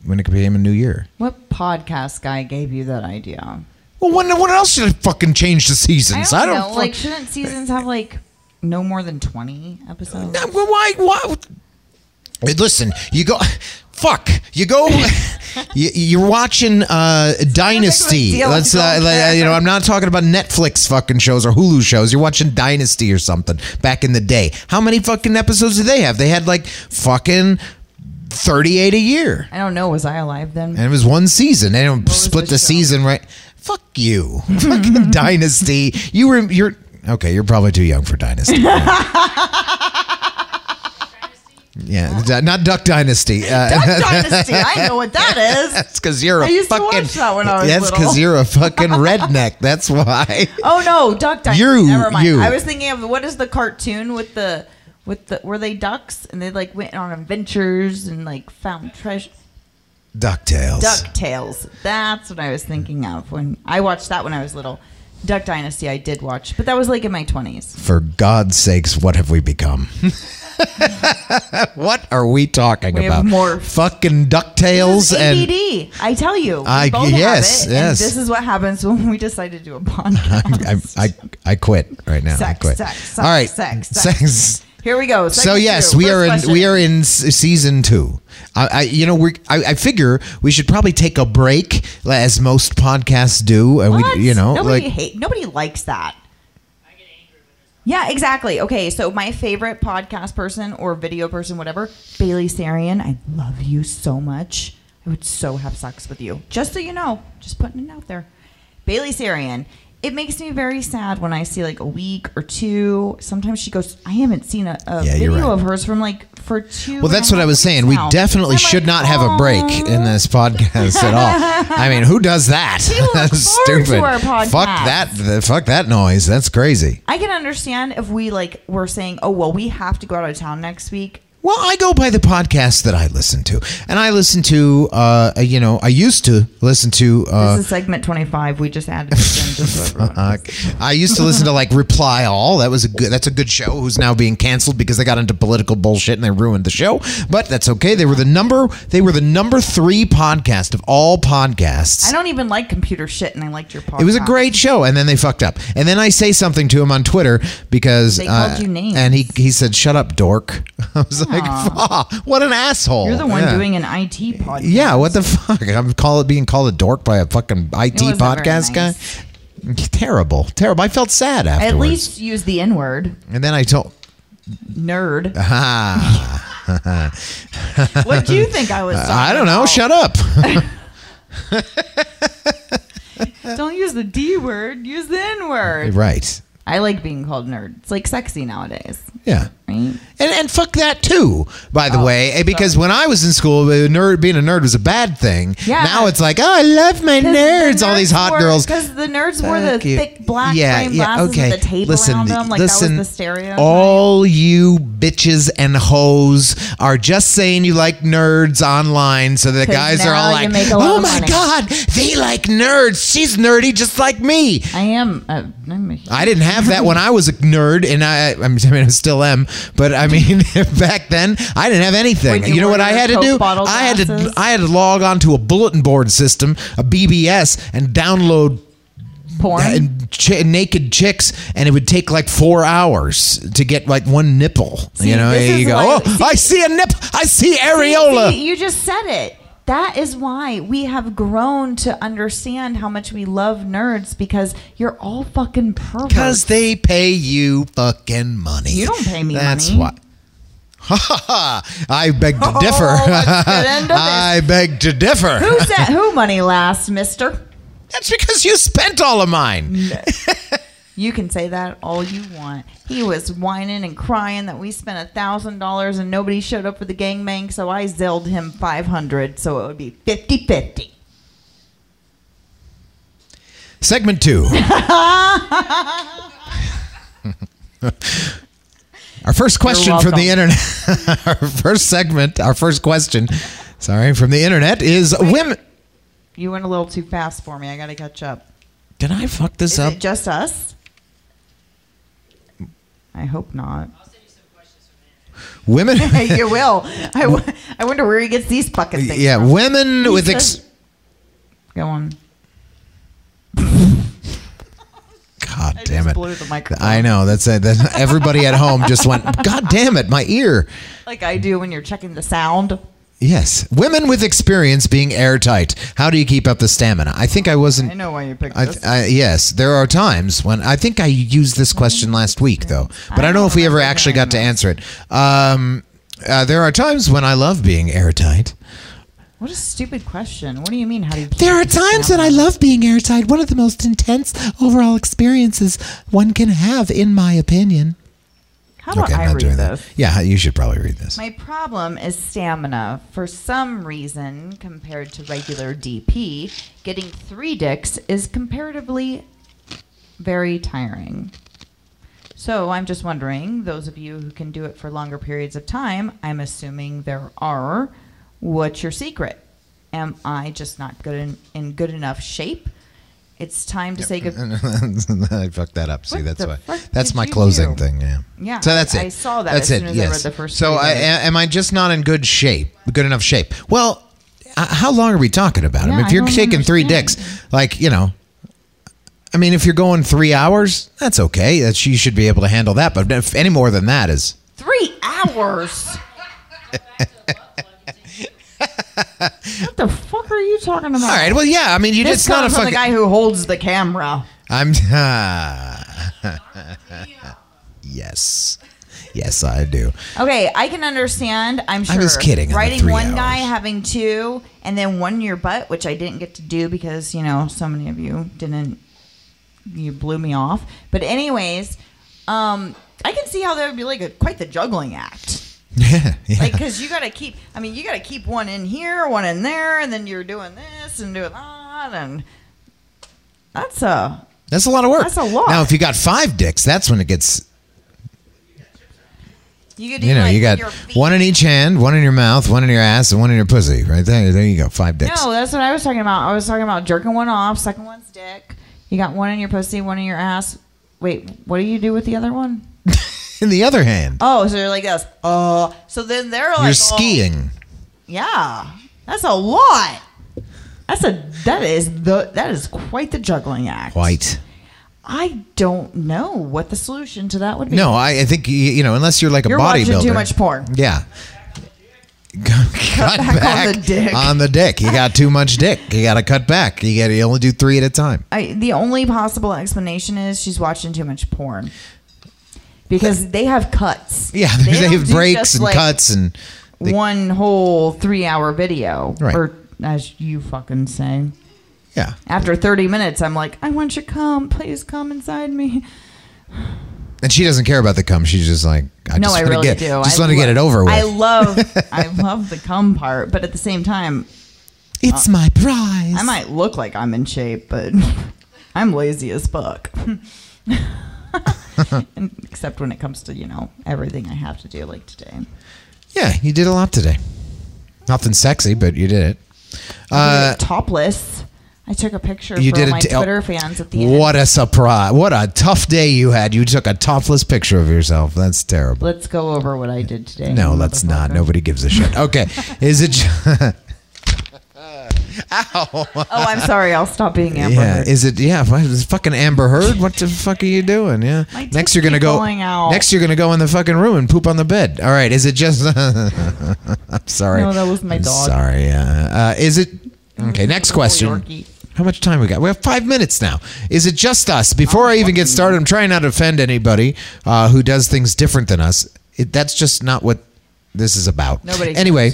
[SPEAKER 5] when it became a new year.
[SPEAKER 6] What podcast guy gave you that idea?
[SPEAKER 5] Well, when when else should I fucking change the seasons?
[SPEAKER 6] I don't, know.
[SPEAKER 5] fuck-
[SPEAKER 6] Like, shouldn't seasons have like no more than twenty episodes?
[SPEAKER 5] Uh, well, Why? Why? Hey, Listen, you go. *laughs* Fuck. You go. *laughs* you, you're watching uh, Dynasty.
[SPEAKER 6] deal.
[SPEAKER 5] Let's. Uh,
[SPEAKER 6] Don't
[SPEAKER 5] like, you know, I'm not talking about Netflix fucking shows or Hulu shows. You're watching Dynasty or something back in the day. How many fucking episodes did they have? They had like fucking 38 a year,
[SPEAKER 6] I don't know. Was I alive
[SPEAKER 5] *laughs*
[SPEAKER 6] then?
[SPEAKER 5] and it was one season. They don't
[SPEAKER 6] was
[SPEAKER 5] split
[SPEAKER 6] the
[SPEAKER 5] the
[SPEAKER 6] show?
[SPEAKER 5] season right. Fuck you. *laughs*
[SPEAKER 6] *laughs*
[SPEAKER 5] fucking Dynasty. You were. You're. Okay, you're probably too young for
[SPEAKER 6] *laughs*
[SPEAKER 5] Dynasty. Yeah, d- not Duck Dynasty. Uh, *laughs*
[SPEAKER 6] Duck Dynasty. I know what that is.
[SPEAKER 5] that's because you're a
[SPEAKER 6] I used to
[SPEAKER 5] fucking.
[SPEAKER 6] watch that when I was
[SPEAKER 5] that's
[SPEAKER 6] little.
[SPEAKER 5] because
[SPEAKER 6] *laughs*
[SPEAKER 5] you're a fucking redneck. That's why.
[SPEAKER 6] Oh no, Duck Dynasty.
[SPEAKER 5] You,
[SPEAKER 6] Never mind.
[SPEAKER 5] you.
[SPEAKER 6] I was thinking of what is the cartoon with the with the were they ducks and they like went on adventures and like found treasure.
[SPEAKER 5] Ducktales.
[SPEAKER 6] Ducktales. That's what I was thinking of when I watched that when I was little. Duck Dynasty, I did watch, but that was like in my twenties.
[SPEAKER 5] For God's sakes, what have we
[SPEAKER 6] *laughs*
[SPEAKER 5] become? *laughs* what are we talking
[SPEAKER 6] We have
[SPEAKER 5] about?
[SPEAKER 6] morphed.
[SPEAKER 5] fucking Ducktales and
[SPEAKER 6] ADD. I tell you, we
[SPEAKER 5] I-
[SPEAKER 6] both
[SPEAKER 5] yes,
[SPEAKER 6] have it,
[SPEAKER 5] yes.
[SPEAKER 6] And this is what happens *laughs* when we decide to do
[SPEAKER 5] *laughs*
[SPEAKER 6] a podcast.
[SPEAKER 5] I, I, I quit right now. I
[SPEAKER 6] Sex,
[SPEAKER 5] quit.
[SPEAKER 6] sex, sex,
[SPEAKER 5] All right.
[SPEAKER 6] sex, sex.
[SPEAKER 5] Sex.
[SPEAKER 6] Here we go.
[SPEAKER 5] so
[SPEAKER 6] Second
[SPEAKER 5] yes,
[SPEAKER 6] two.
[SPEAKER 5] we
[SPEAKER 6] First
[SPEAKER 5] are in
[SPEAKER 6] question.
[SPEAKER 5] we are in s- season two. I, I you know we I, I figure we should probably take a break as most podcasts do, and
[SPEAKER 6] What?
[SPEAKER 5] we you know
[SPEAKER 6] nobody
[SPEAKER 5] like
[SPEAKER 6] hate nobody likes that. Yeah, exactly. Okay, so my favorite podcast person or video person, whatever, Bailey Sarian. I love you so much. I would so have sex with you. Just so you know, just putting it out there. Bailey Sarian. It makes me very sad when I see like a week or two. Sometimes she goes, I haven't seen a, a
[SPEAKER 5] Yeah, you're
[SPEAKER 6] video
[SPEAKER 5] right.
[SPEAKER 6] of hers from like for two.
[SPEAKER 5] well
[SPEAKER 6] and a
[SPEAKER 5] that's what I
[SPEAKER 6] half
[SPEAKER 5] was
[SPEAKER 6] weeks
[SPEAKER 5] saying. We
[SPEAKER 6] now.
[SPEAKER 5] definitely
[SPEAKER 6] I'm
[SPEAKER 5] should
[SPEAKER 6] like,
[SPEAKER 5] not have a break
[SPEAKER 6] "Aw."
[SPEAKER 5] in this podcast at all. I mean, who does that?
[SPEAKER 6] *laughs* look
[SPEAKER 5] that's
[SPEAKER 6] forward to
[SPEAKER 5] stupid.
[SPEAKER 6] our podcast.
[SPEAKER 5] Fuck that! th- Fuck that noise. That's crazy.
[SPEAKER 6] I can understand if we like were saying, oh well, we have to go out of town next week.
[SPEAKER 5] Well, I go by the podcast that I listen to, and I listen to uh you know I used to listen to uh,
[SPEAKER 6] This is segment twenty-five. We just added this in just so
[SPEAKER 5] *laughs*
[SPEAKER 6] everyone.
[SPEAKER 5] Uh, I used to listen to like Reply All. That was a good. That's a good show. Who's now being canceled because they got into political bullshit and they ruined the show. But that's okay. They were the number. They were the number three podcast of all podcasts.
[SPEAKER 6] I don't even like computer shit, and I liked your podcast.
[SPEAKER 5] It was a great show, and then they fucked up. And then I say something to him on Twitter because
[SPEAKER 6] They called
[SPEAKER 5] uh,
[SPEAKER 6] you names.
[SPEAKER 5] and he he said, "Shut up, dork." *laughs* I was like, "Fuck, "What an asshole!"
[SPEAKER 6] You're the one
[SPEAKER 5] Yeah.
[SPEAKER 6] doing an IT podcast.
[SPEAKER 5] Yeah, what the fuck? I'm call being called a dork by a fucking IT
[SPEAKER 6] wasn't very
[SPEAKER 5] podcast
[SPEAKER 6] nice.
[SPEAKER 5] guy. Terrible, terrible. I felt sad afterwards.
[SPEAKER 6] At least use the N word,
[SPEAKER 5] And then I told, *laughs*
[SPEAKER 6] nerd.
[SPEAKER 5] ah,
[SPEAKER 6] what do you think I was? Talking
[SPEAKER 5] I don't know, shut up. *laughs*
[SPEAKER 6] up. Don't use the D word. Use the N word.
[SPEAKER 5] right.
[SPEAKER 6] I like being called nerd. It's like sexy nowadays,
[SPEAKER 5] Yeah.
[SPEAKER 6] right?
[SPEAKER 5] And, and fuck that too, by
[SPEAKER 6] Oh,
[SPEAKER 5] the way, Eh, because when I was in school, a nerd being a nerd was a bad thing.
[SPEAKER 6] Yeah.
[SPEAKER 5] Now it's like, oh, I love my nerds. All these hot girls.
[SPEAKER 6] Because the nerds wore the
[SPEAKER 5] Fuck you.
[SPEAKER 6] thick black frame glasses with the tape around them. Like that was the stereo.
[SPEAKER 5] All you bitches and hoes are just saying you like nerds online, so the
[SPEAKER 6] 'Cause
[SPEAKER 5] guys are all
[SPEAKER 6] now you
[SPEAKER 5] like,
[SPEAKER 6] make a lot
[SPEAKER 5] "Oh
[SPEAKER 6] of
[SPEAKER 5] my
[SPEAKER 6] money."
[SPEAKER 5] god, they like nerds. She's nerdy just like me."
[SPEAKER 6] I am. A, I'm a
[SPEAKER 5] I didn't have that when I was a nerd, and I, I mean, *laughs* I still am. But I mean, *laughs* back then, I didn't have anything.
[SPEAKER 6] Wait,
[SPEAKER 5] you
[SPEAKER 6] you
[SPEAKER 5] know what
[SPEAKER 6] ordered
[SPEAKER 5] I had to
[SPEAKER 6] Coke
[SPEAKER 5] do?
[SPEAKER 6] bottle
[SPEAKER 5] I had to,
[SPEAKER 6] glasses?
[SPEAKER 5] I had to log onto a bulletin board system, a BBS, and download
[SPEAKER 6] porn.
[SPEAKER 5] and ch- naked chicks, and it would take like four hours to get like one nipple. you know,
[SPEAKER 6] this is
[SPEAKER 5] you go,
[SPEAKER 6] like-
[SPEAKER 5] oh,
[SPEAKER 6] see-
[SPEAKER 5] I see a nip, I see
[SPEAKER 6] See,
[SPEAKER 5] areola.
[SPEAKER 6] see, you just said it. That is why we have grown to understand how much we love nerds because you're all fucking perverts.
[SPEAKER 5] Because they pay you fucking money.
[SPEAKER 6] You don't pay me
[SPEAKER 5] That's
[SPEAKER 6] money.
[SPEAKER 5] why.
[SPEAKER 6] Oh,
[SPEAKER 5] Ha ha ha! I beg
[SPEAKER 6] *laughs*
[SPEAKER 5] to differ.
[SPEAKER 6] let's get
[SPEAKER 5] *laughs*
[SPEAKER 6] into this.
[SPEAKER 5] I beg to differ.
[SPEAKER 6] Who sent who money last, mister?
[SPEAKER 5] That's because you spent all of mine.
[SPEAKER 6] You can say that all you want. He was whining and crying that we spent a thousand dollars and nobody showed up for the gangbang, so I zelled him five hundred, so it would be 50-50.
[SPEAKER 5] Segment
[SPEAKER 6] *laughs*
[SPEAKER 5] two. our first question from the
[SPEAKER 6] welcome.
[SPEAKER 5] internet. *laughs* our first segment. Our first question. Sorry, from the internet is women.
[SPEAKER 6] You went a little too fast for me. I gotta catch up.
[SPEAKER 5] Did I fuck this
[SPEAKER 6] Is
[SPEAKER 5] up?
[SPEAKER 6] it just us? I
[SPEAKER 5] *laughs*
[SPEAKER 6] hope not. *laughs*
[SPEAKER 5] women. *laughs*
[SPEAKER 6] you will. I, w- I wonder where he gets these fucking things.
[SPEAKER 5] yeah,
[SPEAKER 6] from.
[SPEAKER 5] women
[SPEAKER 6] He
[SPEAKER 5] with
[SPEAKER 6] says-
[SPEAKER 5] ex-
[SPEAKER 6] Go on.
[SPEAKER 5] God damn
[SPEAKER 6] just
[SPEAKER 5] it!
[SPEAKER 6] blew the microphone.
[SPEAKER 5] I know that's it. That's, everybody at home just went. God damn it! My ear.
[SPEAKER 6] Like I do when you're checking the sound.
[SPEAKER 5] Yes, women with experience being airtight. How do you keep up the stamina? I think I wasn't.
[SPEAKER 6] I know why you picked
[SPEAKER 5] I,
[SPEAKER 6] this.
[SPEAKER 5] I, yes, there are times when I think I used this question last week though, but I don't know if we ever actually got to answer it. Um, uh, there are times when I love being airtight.
[SPEAKER 6] what a stupid question. What do you mean? How do you?
[SPEAKER 5] There are
[SPEAKER 6] keep the
[SPEAKER 5] times
[SPEAKER 6] sound?
[SPEAKER 5] that I love being airtight. One of the most intense overall experiences one can have, in my opinion.
[SPEAKER 6] How about I read this?
[SPEAKER 5] Yeah, you should probably read this.
[SPEAKER 6] My problem is stamina. For some reason, compared to regular DP, getting three dicks is comparatively very tiring. So I'm just wondering, those of you who can do it for longer periods of time, I'm assuming there are, what's your secret? Am I just not good in, in good enough shape? It's time to say good.
[SPEAKER 5] *laughs* I fucked that up. See,
[SPEAKER 6] What
[SPEAKER 5] that's
[SPEAKER 6] the
[SPEAKER 5] why.
[SPEAKER 6] fuck
[SPEAKER 5] That's
[SPEAKER 6] did
[SPEAKER 5] my
[SPEAKER 6] you
[SPEAKER 5] closing
[SPEAKER 6] do?
[SPEAKER 5] thing. Yeah.
[SPEAKER 6] Yeah,
[SPEAKER 5] So that's
[SPEAKER 6] I-
[SPEAKER 5] it.
[SPEAKER 6] I saw that
[SPEAKER 5] That's
[SPEAKER 6] as
[SPEAKER 5] it.
[SPEAKER 6] soon as I
[SPEAKER 5] yes.
[SPEAKER 6] read the first
[SPEAKER 5] so
[SPEAKER 6] three
[SPEAKER 5] I,
[SPEAKER 6] minutes.
[SPEAKER 5] am I just not in good shape? Good enough shape? Well, uh, how long are we talking about? I
[SPEAKER 6] Yeah,
[SPEAKER 5] mean, if
[SPEAKER 6] I
[SPEAKER 5] you're
[SPEAKER 6] don't
[SPEAKER 5] taking three
[SPEAKER 6] understand.
[SPEAKER 5] dicks, like you know. I mean, if you're going three hours, that's okay. That you should be able to handle that. But if any more than that is,
[SPEAKER 6] Three hours. what the fuck are you talking about?
[SPEAKER 5] all right. Well, yeah. I mean, you,
[SPEAKER 6] this
[SPEAKER 5] it's not a
[SPEAKER 6] comes from
[SPEAKER 5] fucking.
[SPEAKER 6] the guy who holds the camera.
[SPEAKER 5] I'm. *laughs* yes. Yes, I do.
[SPEAKER 6] Okay, I can understand. I'm sure.
[SPEAKER 5] I was kidding on the
[SPEAKER 6] Writing
[SPEAKER 5] three
[SPEAKER 6] one guy,
[SPEAKER 5] hours.
[SPEAKER 6] having two, and then one in your butt, which I didn't get to do because you know so many of you didn't. You blew me off. But anyways, um, I can see how that would be like a, quite the juggling act.
[SPEAKER 5] *laughs* yeah.
[SPEAKER 6] Like, because you got to keep, I mean, you got to keep one in here, one in there, and then you're doing this and doing that. And that's a,
[SPEAKER 5] That's a lot of work.
[SPEAKER 6] That's a lot.
[SPEAKER 5] Now, if you got five dicks, that's when it gets.
[SPEAKER 6] you could do
[SPEAKER 5] You know,
[SPEAKER 6] like
[SPEAKER 5] you got
[SPEAKER 6] your feet.
[SPEAKER 5] one in each hand, one in your mouth, one in your ass, and one in your pussy. Right there, there you go. Five dicks.
[SPEAKER 6] No, that's what I was talking about. I was talking about jerking one off, second one's dick. You got one in your pussy, one in your ass. Wait, what do you do with the other one?
[SPEAKER 5] In the other hand,
[SPEAKER 6] Oh, so you're like this. Oh, so then they're like,
[SPEAKER 5] you're
[SPEAKER 6] oh,
[SPEAKER 5] skiing.
[SPEAKER 6] Yeah, that's a lot. That's a that is the that is quite the juggling act.
[SPEAKER 5] White.
[SPEAKER 6] I don't know what the solution to that would be.
[SPEAKER 5] No, I, I think y- you know, unless you're like a
[SPEAKER 6] You're watching
[SPEAKER 5] bodybuilder.
[SPEAKER 6] too much porn.
[SPEAKER 5] Yeah. *laughs* Cut, cut
[SPEAKER 6] back on
[SPEAKER 5] back,
[SPEAKER 6] the
[SPEAKER 5] *laughs*
[SPEAKER 6] dick.
[SPEAKER 5] on the dick. You got too much dick. You got to cut back. You got to only do three at a time.
[SPEAKER 6] I, the only possible explanation is she's watching too much porn because they have cuts.
[SPEAKER 5] Yeah, *laughs* they,
[SPEAKER 6] don't
[SPEAKER 5] have
[SPEAKER 6] do
[SPEAKER 5] breaks
[SPEAKER 6] just,
[SPEAKER 5] and
[SPEAKER 6] like,
[SPEAKER 5] cuts and they-
[SPEAKER 6] one whole three-hour video,
[SPEAKER 5] Right.
[SPEAKER 6] or as you fucking say.
[SPEAKER 5] yeah.
[SPEAKER 6] After 30 minutes, I'm like, I want you to come. Please come inside me.
[SPEAKER 5] And she doesn't care about the cum. She's just like, I
[SPEAKER 6] no,
[SPEAKER 5] just
[SPEAKER 6] I
[SPEAKER 5] want to
[SPEAKER 6] really
[SPEAKER 5] get,
[SPEAKER 6] do.
[SPEAKER 5] just
[SPEAKER 6] I
[SPEAKER 5] want to get
[SPEAKER 6] lo-
[SPEAKER 5] it over with.
[SPEAKER 6] I love,
[SPEAKER 5] *laughs*
[SPEAKER 6] I love the cum part, but at the same time,
[SPEAKER 5] it's my prize.
[SPEAKER 6] Uh, I might look like I'm in shape, but *laughs* I'm lazy as fuck. *laughs* And- Except when it comes to, you know, everything I have to do, like today.
[SPEAKER 5] Yeah, you did a lot today. Nothing sexy, but you did it.
[SPEAKER 6] I did it topless. I took a picture
[SPEAKER 5] Uh, you
[SPEAKER 6] for
[SPEAKER 5] did a
[SPEAKER 6] my
[SPEAKER 5] t- oh,
[SPEAKER 6] Twitter fans at the end.
[SPEAKER 5] What a surprise! What a tough day you had. You took a topless picture of yourself. That's terrible.
[SPEAKER 6] Let's go over what I did today.
[SPEAKER 5] No, let's not.
[SPEAKER 6] motherfucker.
[SPEAKER 5] Nobody gives a shit.
[SPEAKER 6] *laughs*
[SPEAKER 5] Okay, is it?
[SPEAKER 6] Oh, I'm sorry. I'll stop being Amber.
[SPEAKER 5] yeah,
[SPEAKER 6] Heard.
[SPEAKER 5] is it? Yeah, what- it's fucking Amber Heard. What the fuck are you doing? Yeah.
[SPEAKER 6] My tits
[SPEAKER 5] Next, you're gonna
[SPEAKER 6] keep
[SPEAKER 5] go.
[SPEAKER 6] falling out.
[SPEAKER 5] Next, you're gonna go in the fucking room and poop on the bed. All right. Is it just? *laughs* I'm sorry.
[SPEAKER 6] No, that was my
[SPEAKER 5] I'm
[SPEAKER 6] dog.
[SPEAKER 5] Sorry. Yeah. Uh, is it? Okay. Next question.
[SPEAKER 6] Yorkie.
[SPEAKER 5] How much time we got? We have five minutes now. Is it just us? Before I even get started, I'm trying not to offend anybody uh, who does things different than us. It, that's just not what this is about.
[SPEAKER 6] Nobody cares.
[SPEAKER 5] Anyway,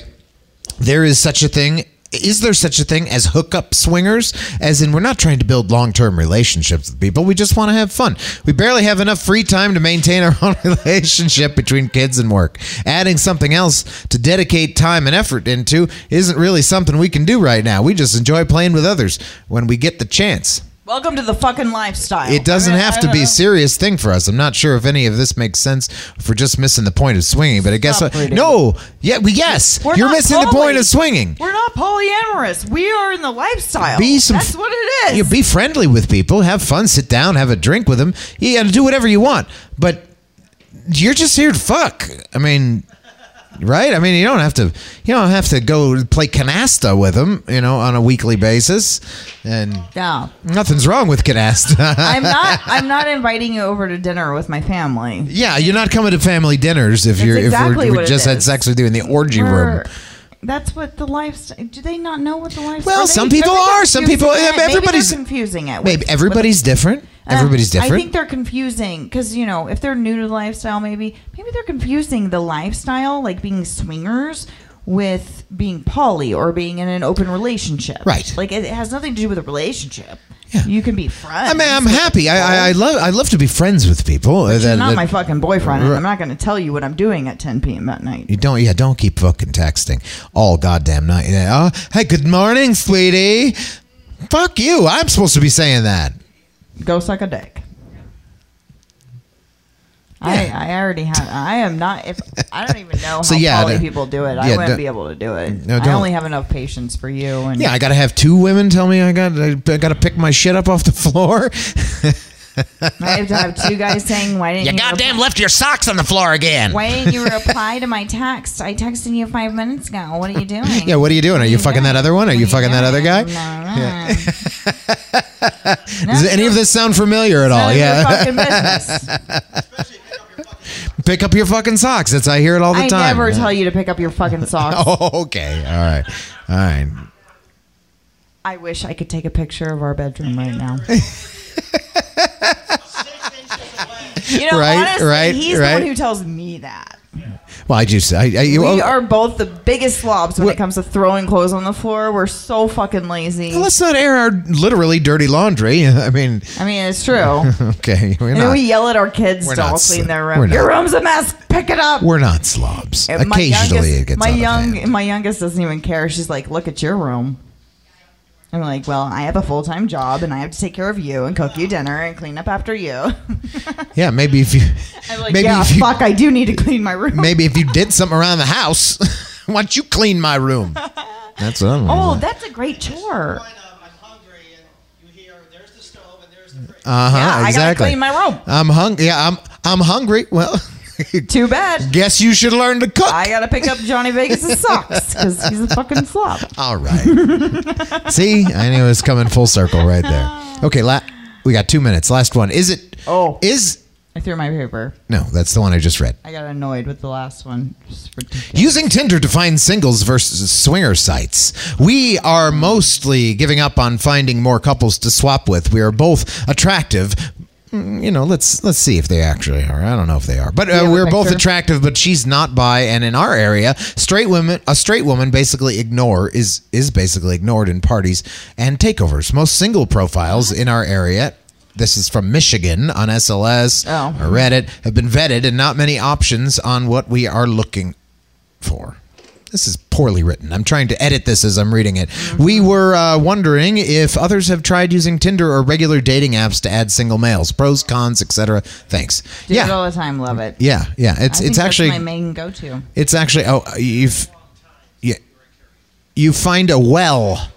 [SPEAKER 5] there is such a thing. Is there such a thing as hookup swingers? As in, we're not trying to build long term relationships with people. We just want to have fun. We barely have enough free time to maintain our *laughs* own relationship between kids and work. Adding something else to dedicate time and effort into isn't really something we can do right now. We just enjoy playing with others when we get the chance.
[SPEAKER 6] Welcome to the fucking lifestyle.
[SPEAKER 5] It doesn't
[SPEAKER 6] I mean,
[SPEAKER 5] have
[SPEAKER 6] I
[SPEAKER 5] to
[SPEAKER 6] don't
[SPEAKER 5] be a
[SPEAKER 6] know.
[SPEAKER 5] serious thing for us. I'm not sure if any of this makes sense for just missing the point of swinging, but I guess
[SPEAKER 6] Stop
[SPEAKER 5] what,
[SPEAKER 6] reading.
[SPEAKER 5] no, yeah, we yes,
[SPEAKER 6] We're
[SPEAKER 5] you're
[SPEAKER 6] not
[SPEAKER 5] missing the
[SPEAKER 6] poly.
[SPEAKER 5] point of swinging.
[SPEAKER 6] We're not polyamorous. We are in the lifestyle.
[SPEAKER 5] Be some-
[SPEAKER 6] That's what it is.
[SPEAKER 5] You be friendly with people, have fun, sit down, have a drink with them. You got to do whatever you want, but you're just here to fuck. I mean, right? I mean, you don't have to. You don't have to go play canasta with them, you know, on a weekly basis, and
[SPEAKER 6] yeah.
[SPEAKER 5] nothing's wrong with canasta. *laughs*
[SPEAKER 6] I'm not. I'm not inviting you over to dinner with my family.
[SPEAKER 5] Yeah, you're not coming to family dinners if you're if
[SPEAKER 6] exactly
[SPEAKER 5] we're, we
[SPEAKER 6] what it
[SPEAKER 5] just had
[SPEAKER 6] is.
[SPEAKER 5] sex with you in the *laughs* orgy
[SPEAKER 6] We're-
[SPEAKER 5] room.
[SPEAKER 6] That's what the lifestyle. Do they not know what the lifestyle?
[SPEAKER 5] Well, some people are. Some people- everybody's-
[SPEAKER 6] confusing it.
[SPEAKER 5] Maybe
[SPEAKER 6] with-
[SPEAKER 5] everybody's different.
[SPEAKER 6] with-
[SPEAKER 5] Everybody's
[SPEAKER 6] Um,
[SPEAKER 5] different.
[SPEAKER 6] I think they're confusing because you know if they're new to the lifestyle, maybe maybe they're confusing the lifestyle, like being swingers, with being poly or being in an open relationship.
[SPEAKER 5] Right.
[SPEAKER 6] Like it, it has nothing to do with a relationship.
[SPEAKER 5] Yeah.
[SPEAKER 6] You can be friends.
[SPEAKER 5] I mean, I'm
[SPEAKER 6] with
[SPEAKER 5] happy. I, I, I
[SPEAKER 6] people.
[SPEAKER 5] love I love to be friends with people. Uh, that-
[SPEAKER 6] She's not
[SPEAKER 5] that-
[SPEAKER 6] my fucking boyfriend, and
[SPEAKER 5] Right.
[SPEAKER 6] I'm not going to tell you what I'm doing at 10 p.m. at night.
[SPEAKER 5] you don't yeah don't keep fucking texting all goddamn night. Yeah, oh, hey, good morning, sweetie. Fuck you. I'm supposed to be saying that.
[SPEAKER 6] Go suck a dick. I, I already had. I am not. If I don't even know
[SPEAKER 5] *laughs*
[SPEAKER 6] how
[SPEAKER 5] So, yeah,
[SPEAKER 6] poly
[SPEAKER 5] the-
[SPEAKER 6] people do it, I
[SPEAKER 5] yeah,
[SPEAKER 6] wouldn't
[SPEAKER 5] don't-
[SPEAKER 6] be able to do it.
[SPEAKER 5] No,
[SPEAKER 6] I
[SPEAKER 5] don't.
[SPEAKER 6] only have enough patience for you. And
[SPEAKER 5] Yeah, I gotta have two women tell me I got I gotta pick my shit up off the floor.
[SPEAKER 6] *laughs* I have to have two guys saying, "Why didn't you, reply,
[SPEAKER 5] left your socks on the floor again.
[SPEAKER 6] Why didn't you reply to my text? I texted you five minutes ago. What are you doing?
[SPEAKER 5] *laughs* Yeah, what are you doing? Are you fucking that other one? Are you fucking that other guy? *laughs* Does any of this sound familiar at all? *laughs* Yeah.
[SPEAKER 6] yeah.
[SPEAKER 5] Pick up your fucking socks. That's I hear it all the
[SPEAKER 6] I
[SPEAKER 5] time. *laughs*
[SPEAKER 6] never tell you to pick up your fucking socks.
[SPEAKER 5] Oh, okay. All right. All right.
[SPEAKER 6] I wish I could take a picture of our bedroom
[SPEAKER 5] *laughs*
[SPEAKER 6] right now. you know,
[SPEAKER 5] Right,
[SPEAKER 6] honestly,
[SPEAKER 5] right,
[SPEAKER 6] he's the
[SPEAKER 5] right.
[SPEAKER 6] one who tells me that.
[SPEAKER 5] Well, I just I, I you,
[SPEAKER 6] we
[SPEAKER 5] oh,
[SPEAKER 6] are both the biggest slobs when
[SPEAKER 5] We're-
[SPEAKER 6] it comes to throwing clothes on the floor. We're so fucking lazy.
[SPEAKER 5] let's not air our literally dirty laundry. *laughs* I mean,
[SPEAKER 6] I mean, it's true.
[SPEAKER 5] okay, *laughs* we're
[SPEAKER 6] And then
[SPEAKER 5] not
[SPEAKER 6] we yell at our kids
[SPEAKER 5] We're
[SPEAKER 6] to
[SPEAKER 5] not
[SPEAKER 6] all
[SPEAKER 5] sl-
[SPEAKER 6] clean their
[SPEAKER 5] we're
[SPEAKER 6] room.
[SPEAKER 5] not-
[SPEAKER 6] Your room's a mess. Pick it up.
[SPEAKER 5] we're not slobs.
[SPEAKER 6] And my
[SPEAKER 5] Occasionally
[SPEAKER 6] youngest-
[SPEAKER 5] it gets
[SPEAKER 6] my
[SPEAKER 5] out of
[SPEAKER 6] young
[SPEAKER 5] hand.
[SPEAKER 6] my youngest doesn't even care. She's like, look at your room. I'm like, well, I have a full time job and I have to take care of you and cook you dinner and clean up after you. *laughs*
[SPEAKER 5] Yeah, maybe if you
[SPEAKER 6] I'm like,
[SPEAKER 5] maybe
[SPEAKER 6] yeah,
[SPEAKER 5] if you
[SPEAKER 6] fuck, I do need to clean my
[SPEAKER 5] *laughs*
[SPEAKER 6] room.
[SPEAKER 5] maybe if you did something around the house, *laughs* why don't you clean my
[SPEAKER 6] *laughs*
[SPEAKER 5] room? That's what I'm.
[SPEAKER 6] *laughs* Oh, that's a great chore.
[SPEAKER 5] uh huh. exactly.
[SPEAKER 6] yeah, I gotta clean my room.
[SPEAKER 5] I'm hungry. Yeah, I'm I'm hungry. Well, *laughs*
[SPEAKER 6] Too bad.
[SPEAKER 5] guess you should learn to cook.
[SPEAKER 6] I gotta pick up
[SPEAKER 5] *laughs*
[SPEAKER 6] Johnny Vegas' socks because he's a fucking slob.
[SPEAKER 5] All right. *laughs* See, I knew it was coming full circle right there. Okay, la- we got two minutes. Last one. Is it?
[SPEAKER 6] Oh.
[SPEAKER 5] Is
[SPEAKER 6] I threw my paper.
[SPEAKER 5] no? That's the one I just read.
[SPEAKER 6] I got annoyed with the last one. It's ridiculous.
[SPEAKER 5] Using Tinder to find singles versus swinger sites. We are mostly giving up on finding more couples to swap with. We are both attractive. Mm, You know, let's let's see if they actually are. I don't know if they are, but uh,
[SPEAKER 6] have a
[SPEAKER 5] we're both
[SPEAKER 6] picture?
[SPEAKER 5] attractive. But she's not bi, and in our area, straight women, a straight woman, basically ignore is is basically ignored in parties and takeovers. Most single profiles in our area. This is from Michigan on SLS
[SPEAKER 6] Oh.
[SPEAKER 5] or Reddit have been vetted, and not many options on what we are looking for. This is poorly written. I'm trying to edit this as I'm reading it. We were uh, wondering if others have tried using Tinder or regular dating apps to add single males. Pros, cons, etc. Thanks.
[SPEAKER 6] Do it
[SPEAKER 5] yeah,
[SPEAKER 6] all the time. Love it.
[SPEAKER 5] yeah, yeah.
[SPEAKER 6] I
[SPEAKER 5] It's
[SPEAKER 6] think
[SPEAKER 5] it's
[SPEAKER 6] that's
[SPEAKER 5] actually
[SPEAKER 6] my main go to.
[SPEAKER 5] it's actually oh you've yeah you find a well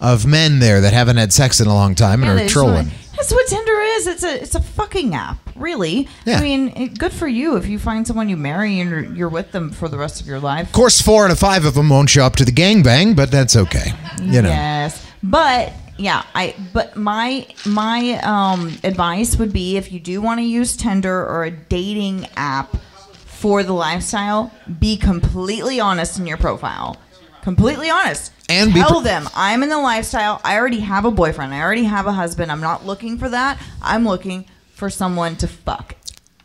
[SPEAKER 5] of men there that haven't had sex in a long time and
[SPEAKER 6] Yeah,
[SPEAKER 5] are
[SPEAKER 6] they just wanna-
[SPEAKER 5] trolling.
[SPEAKER 6] That's what Tinder is. It's a it's a fucking app, really.
[SPEAKER 5] Yeah.
[SPEAKER 6] I mean, it, good for you if you find someone you marry and you're, you're with them for the rest of your life.
[SPEAKER 5] Of course, four out of five of them won't show up to the gangbang, but that's okay. You know.
[SPEAKER 6] Yes, but yeah, I but my my um, advice would be if you do want to use Tinder or a dating app for the lifestyle, be completely honest in your profile. Completely honest.
[SPEAKER 5] And be
[SPEAKER 6] tell
[SPEAKER 5] pre-
[SPEAKER 6] them I'm in the lifestyle. I already have a boyfriend. I already have a husband. I'm not looking for that. I'm looking for someone to fuck.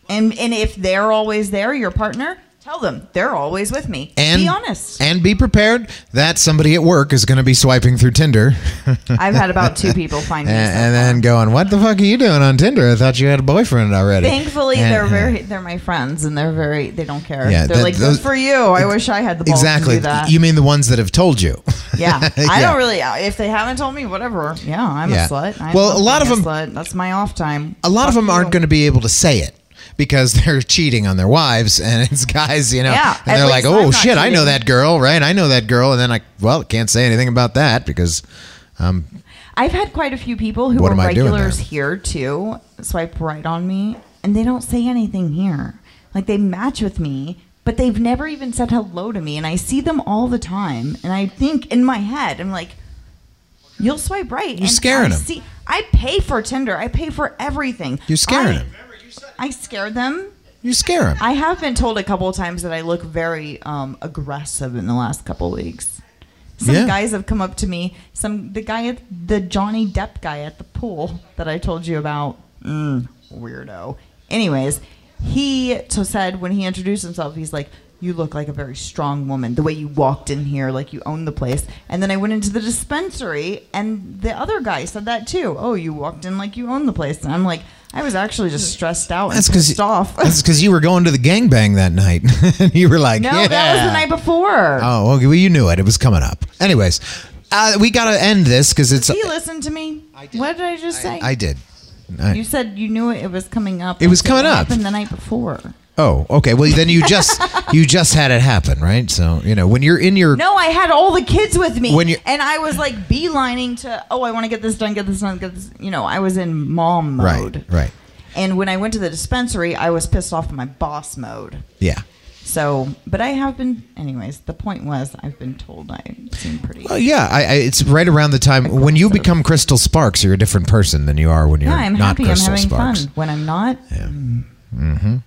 [SPEAKER 6] And and if they're always there, your partner, Tell them they're always with me.
[SPEAKER 5] And
[SPEAKER 6] be honest.
[SPEAKER 5] And be prepared that somebody at work is going to be swiping through Tinder *laughs*
[SPEAKER 6] I've had about two people find
[SPEAKER 5] and, *laughs*
[SPEAKER 6] me. so
[SPEAKER 5] and then going, "What the fuck are you doing on Tinder? I thought you had a boyfriend already."
[SPEAKER 6] Thankfully,
[SPEAKER 5] And- uh,
[SPEAKER 6] they're very they're my friends, and they're very they don't care.
[SPEAKER 5] Yeah,
[SPEAKER 6] they're
[SPEAKER 5] that-
[SPEAKER 6] like
[SPEAKER 5] those-
[SPEAKER 6] good for you. I wish I had the balls
[SPEAKER 5] Exactly.
[SPEAKER 6] to do that.
[SPEAKER 5] You *laughs* mean the ones that have told you? *laughs*
[SPEAKER 6] yeah, I
[SPEAKER 5] Yeah.
[SPEAKER 6] don't really. If they haven't told me, whatever. Yeah, I'm
[SPEAKER 5] Yeah.
[SPEAKER 6] a slut. I
[SPEAKER 5] Well,
[SPEAKER 6] love
[SPEAKER 5] a lot
[SPEAKER 6] being
[SPEAKER 5] of
[SPEAKER 6] a Slut. That's my off time.
[SPEAKER 5] a lot of
[SPEAKER 6] Fuck
[SPEAKER 5] them aren't
[SPEAKER 6] you.
[SPEAKER 5] going to be able to say it because *laughs* they're cheating on their wives and it's guys you know
[SPEAKER 6] Yeah,
[SPEAKER 5] and
[SPEAKER 6] at
[SPEAKER 5] they're like
[SPEAKER 6] least
[SPEAKER 5] oh
[SPEAKER 6] I'm not
[SPEAKER 5] shit i know
[SPEAKER 6] cheating."
[SPEAKER 5] that girl right i know that girl and then i well can't say anything about that because um
[SPEAKER 6] I've had quite a few people who
[SPEAKER 5] What
[SPEAKER 6] are
[SPEAKER 5] am I doing
[SPEAKER 6] regulars
[SPEAKER 5] there?
[SPEAKER 6] here too swipe right on me, and they don't say anything here. Like they match with me, but they've never even said hello to me, and I see them all the time. And I think in my head, I'm like, "You'll swipe right." You're
[SPEAKER 5] scaring
[SPEAKER 6] I
[SPEAKER 5] 'em.
[SPEAKER 6] See, I pay for Tinder. I pay for everything.
[SPEAKER 5] you're scaring
[SPEAKER 6] I,
[SPEAKER 5] them
[SPEAKER 6] I scare them.
[SPEAKER 5] you scare them
[SPEAKER 6] I have been told a couple of times that I look very um, aggressive in the last couple of weeks. Some
[SPEAKER 5] Yeah.
[SPEAKER 6] guys have come up to me. Some the guy at the Johnny Depp guy at the pool that I told you about. Mm, weirdo. Anyways, he t- said when he introduced himself, he's like, "You look like a very strong woman. The way you walked in here, like you own the place." And then I went into the dispensary, and the other guy said that too. Oh, you walked in like you own the place. And I'm like, I was actually just stressed out and
[SPEAKER 5] that's
[SPEAKER 6] pissed
[SPEAKER 5] because
[SPEAKER 6] off.
[SPEAKER 5] that's because you were going to the gangbang that night *laughs* and you were like
[SPEAKER 6] No,
[SPEAKER 5] yeah.
[SPEAKER 6] that was the night before.
[SPEAKER 5] oh okay well you knew it it was coming up anyways uh, we gotta end this because it's
[SPEAKER 6] he listened to me. What did I just say?
[SPEAKER 5] i did I-
[SPEAKER 6] you said you knew it, it was coming up.
[SPEAKER 5] It was
[SPEAKER 6] like,
[SPEAKER 5] coming
[SPEAKER 6] it
[SPEAKER 5] up.
[SPEAKER 6] Happened the night before.
[SPEAKER 5] oh okay well then you just you just had it happen right so you know when you're in your
[SPEAKER 6] No, I had all the kids with me,
[SPEAKER 5] When you-
[SPEAKER 6] and I was like beelining to. Oh, I want to get this done, get this done, get this. You know, I was in mom mode.
[SPEAKER 5] right right
[SPEAKER 6] And when I went to the dispensary, I was pissed off in my boss mode.
[SPEAKER 5] yeah
[SPEAKER 6] So, but I have been. Anyways, the point was, I've been told I seem pretty.
[SPEAKER 5] Well, Uh, yeah, I, I, it's right around the time when you become Crystal Sparks, you're a different person than you are when you're
[SPEAKER 6] yeah, I'm
[SPEAKER 5] not
[SPEAKER 6] happy. I'm
[SPEAKER 5] Crystal
[SPEAKER 6] having
[SPEAKER 5] Sparks.
[SPEAKER 6] fun when I'm not.
[SPEAKER 5] Yeah.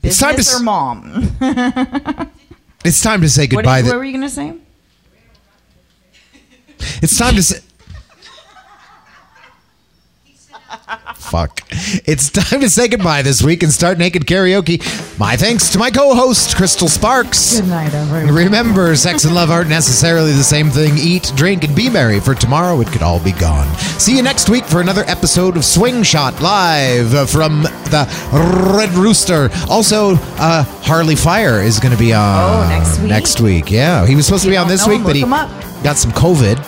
[SPEAKER 5] It's
[SPEAKER 6] Business
[SPEAKER 5] time to s-
[SPEAKER 6] or mom.
[SPEAKER 5] It's time to say
[SPEAKER 6] What,
[SPEAKER 5] goodbye.
[SPEAKER 6] did-
[SPEAKER 5] th-
[SPEAKER 6] what were you gonna say?
[SPEAKER 5] it's time to say. Fuck. It's time to say goodbye this week and start naked karaoke. My thanks to my co-host Crystal Sparks.
[SPEAKER 6] night,
[SPEAKER 5] *laughs*
[SPEAKER 6] everyone.
[SPEAKER 5] Remember, sex and love aren't necessarily the same thing. Eat, drink, and be merry, for tomorrow it could all be gone. See you next week for another episode of Swing Shot Live uh, from the Red Rooster. Also, uh, Harley Fire is going to be on
[SPEAKER 6] Oh, next week?
[SPEAKER 5] Next week, yeah. He was supposed to
[SPEAKER 6] You
[SPEAKER 5] be on
[SPEAKER 6] don't
[SPEAKER 5] this
[SPEAKER 6] know
[SPEAKER 5] week,
[SPEAKER 6] him,
[SPEAKER 5] but
[SPEAKER 6] look
[SPEAKER 5] he
[SPEAKER 6] him up.
[SPEAKER 5] got some COVID.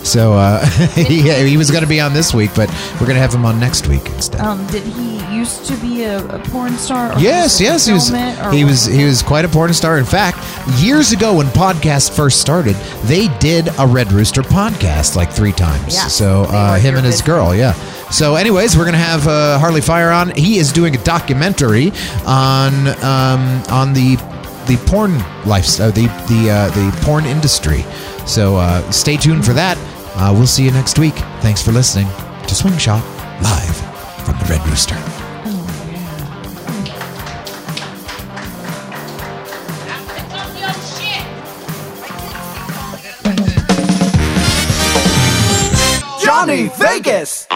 [SPEAKER 5] So uh, *laughs* he, he was going to be on this week, but we're going to have him on next week instead.
[SPEAKER 6] Um, did he used to be a, a porn star? Or
[SPEAKER 5] Yes, yes, he was.
[SPEAKER 6] fulfillment or
[SPEAKER 5] He was. He was quite a porn star. In fact, years ago when podcasts first started, they did a Red Rooster podcast like three times.
[SPEAKER 6] Yeah.
[SPEAKER 5] So
[SPEAKER 6] They
[SPEAKER 5] uh,
[SPEAKER 6] were
[SPEAKER 5] him
[SPEAKER 6] your
[SPEAKER 5] and his
[SPEAKER 6] business.
[SPEAKER 5] girl, yeah. So, anyways, we're gonna have uh, Harley Fire on. He is doing a documentary on um, on the the porn lifestyle, the the uh, the porn industry. So uh, stay tuned for that. Uh, we'll see you next week. Thanks for listening to Swing Shot live from the Red Rooster.
[SPEAKER 7] Pick up your shit.
[SPEAKER 3] Johnny Vegas.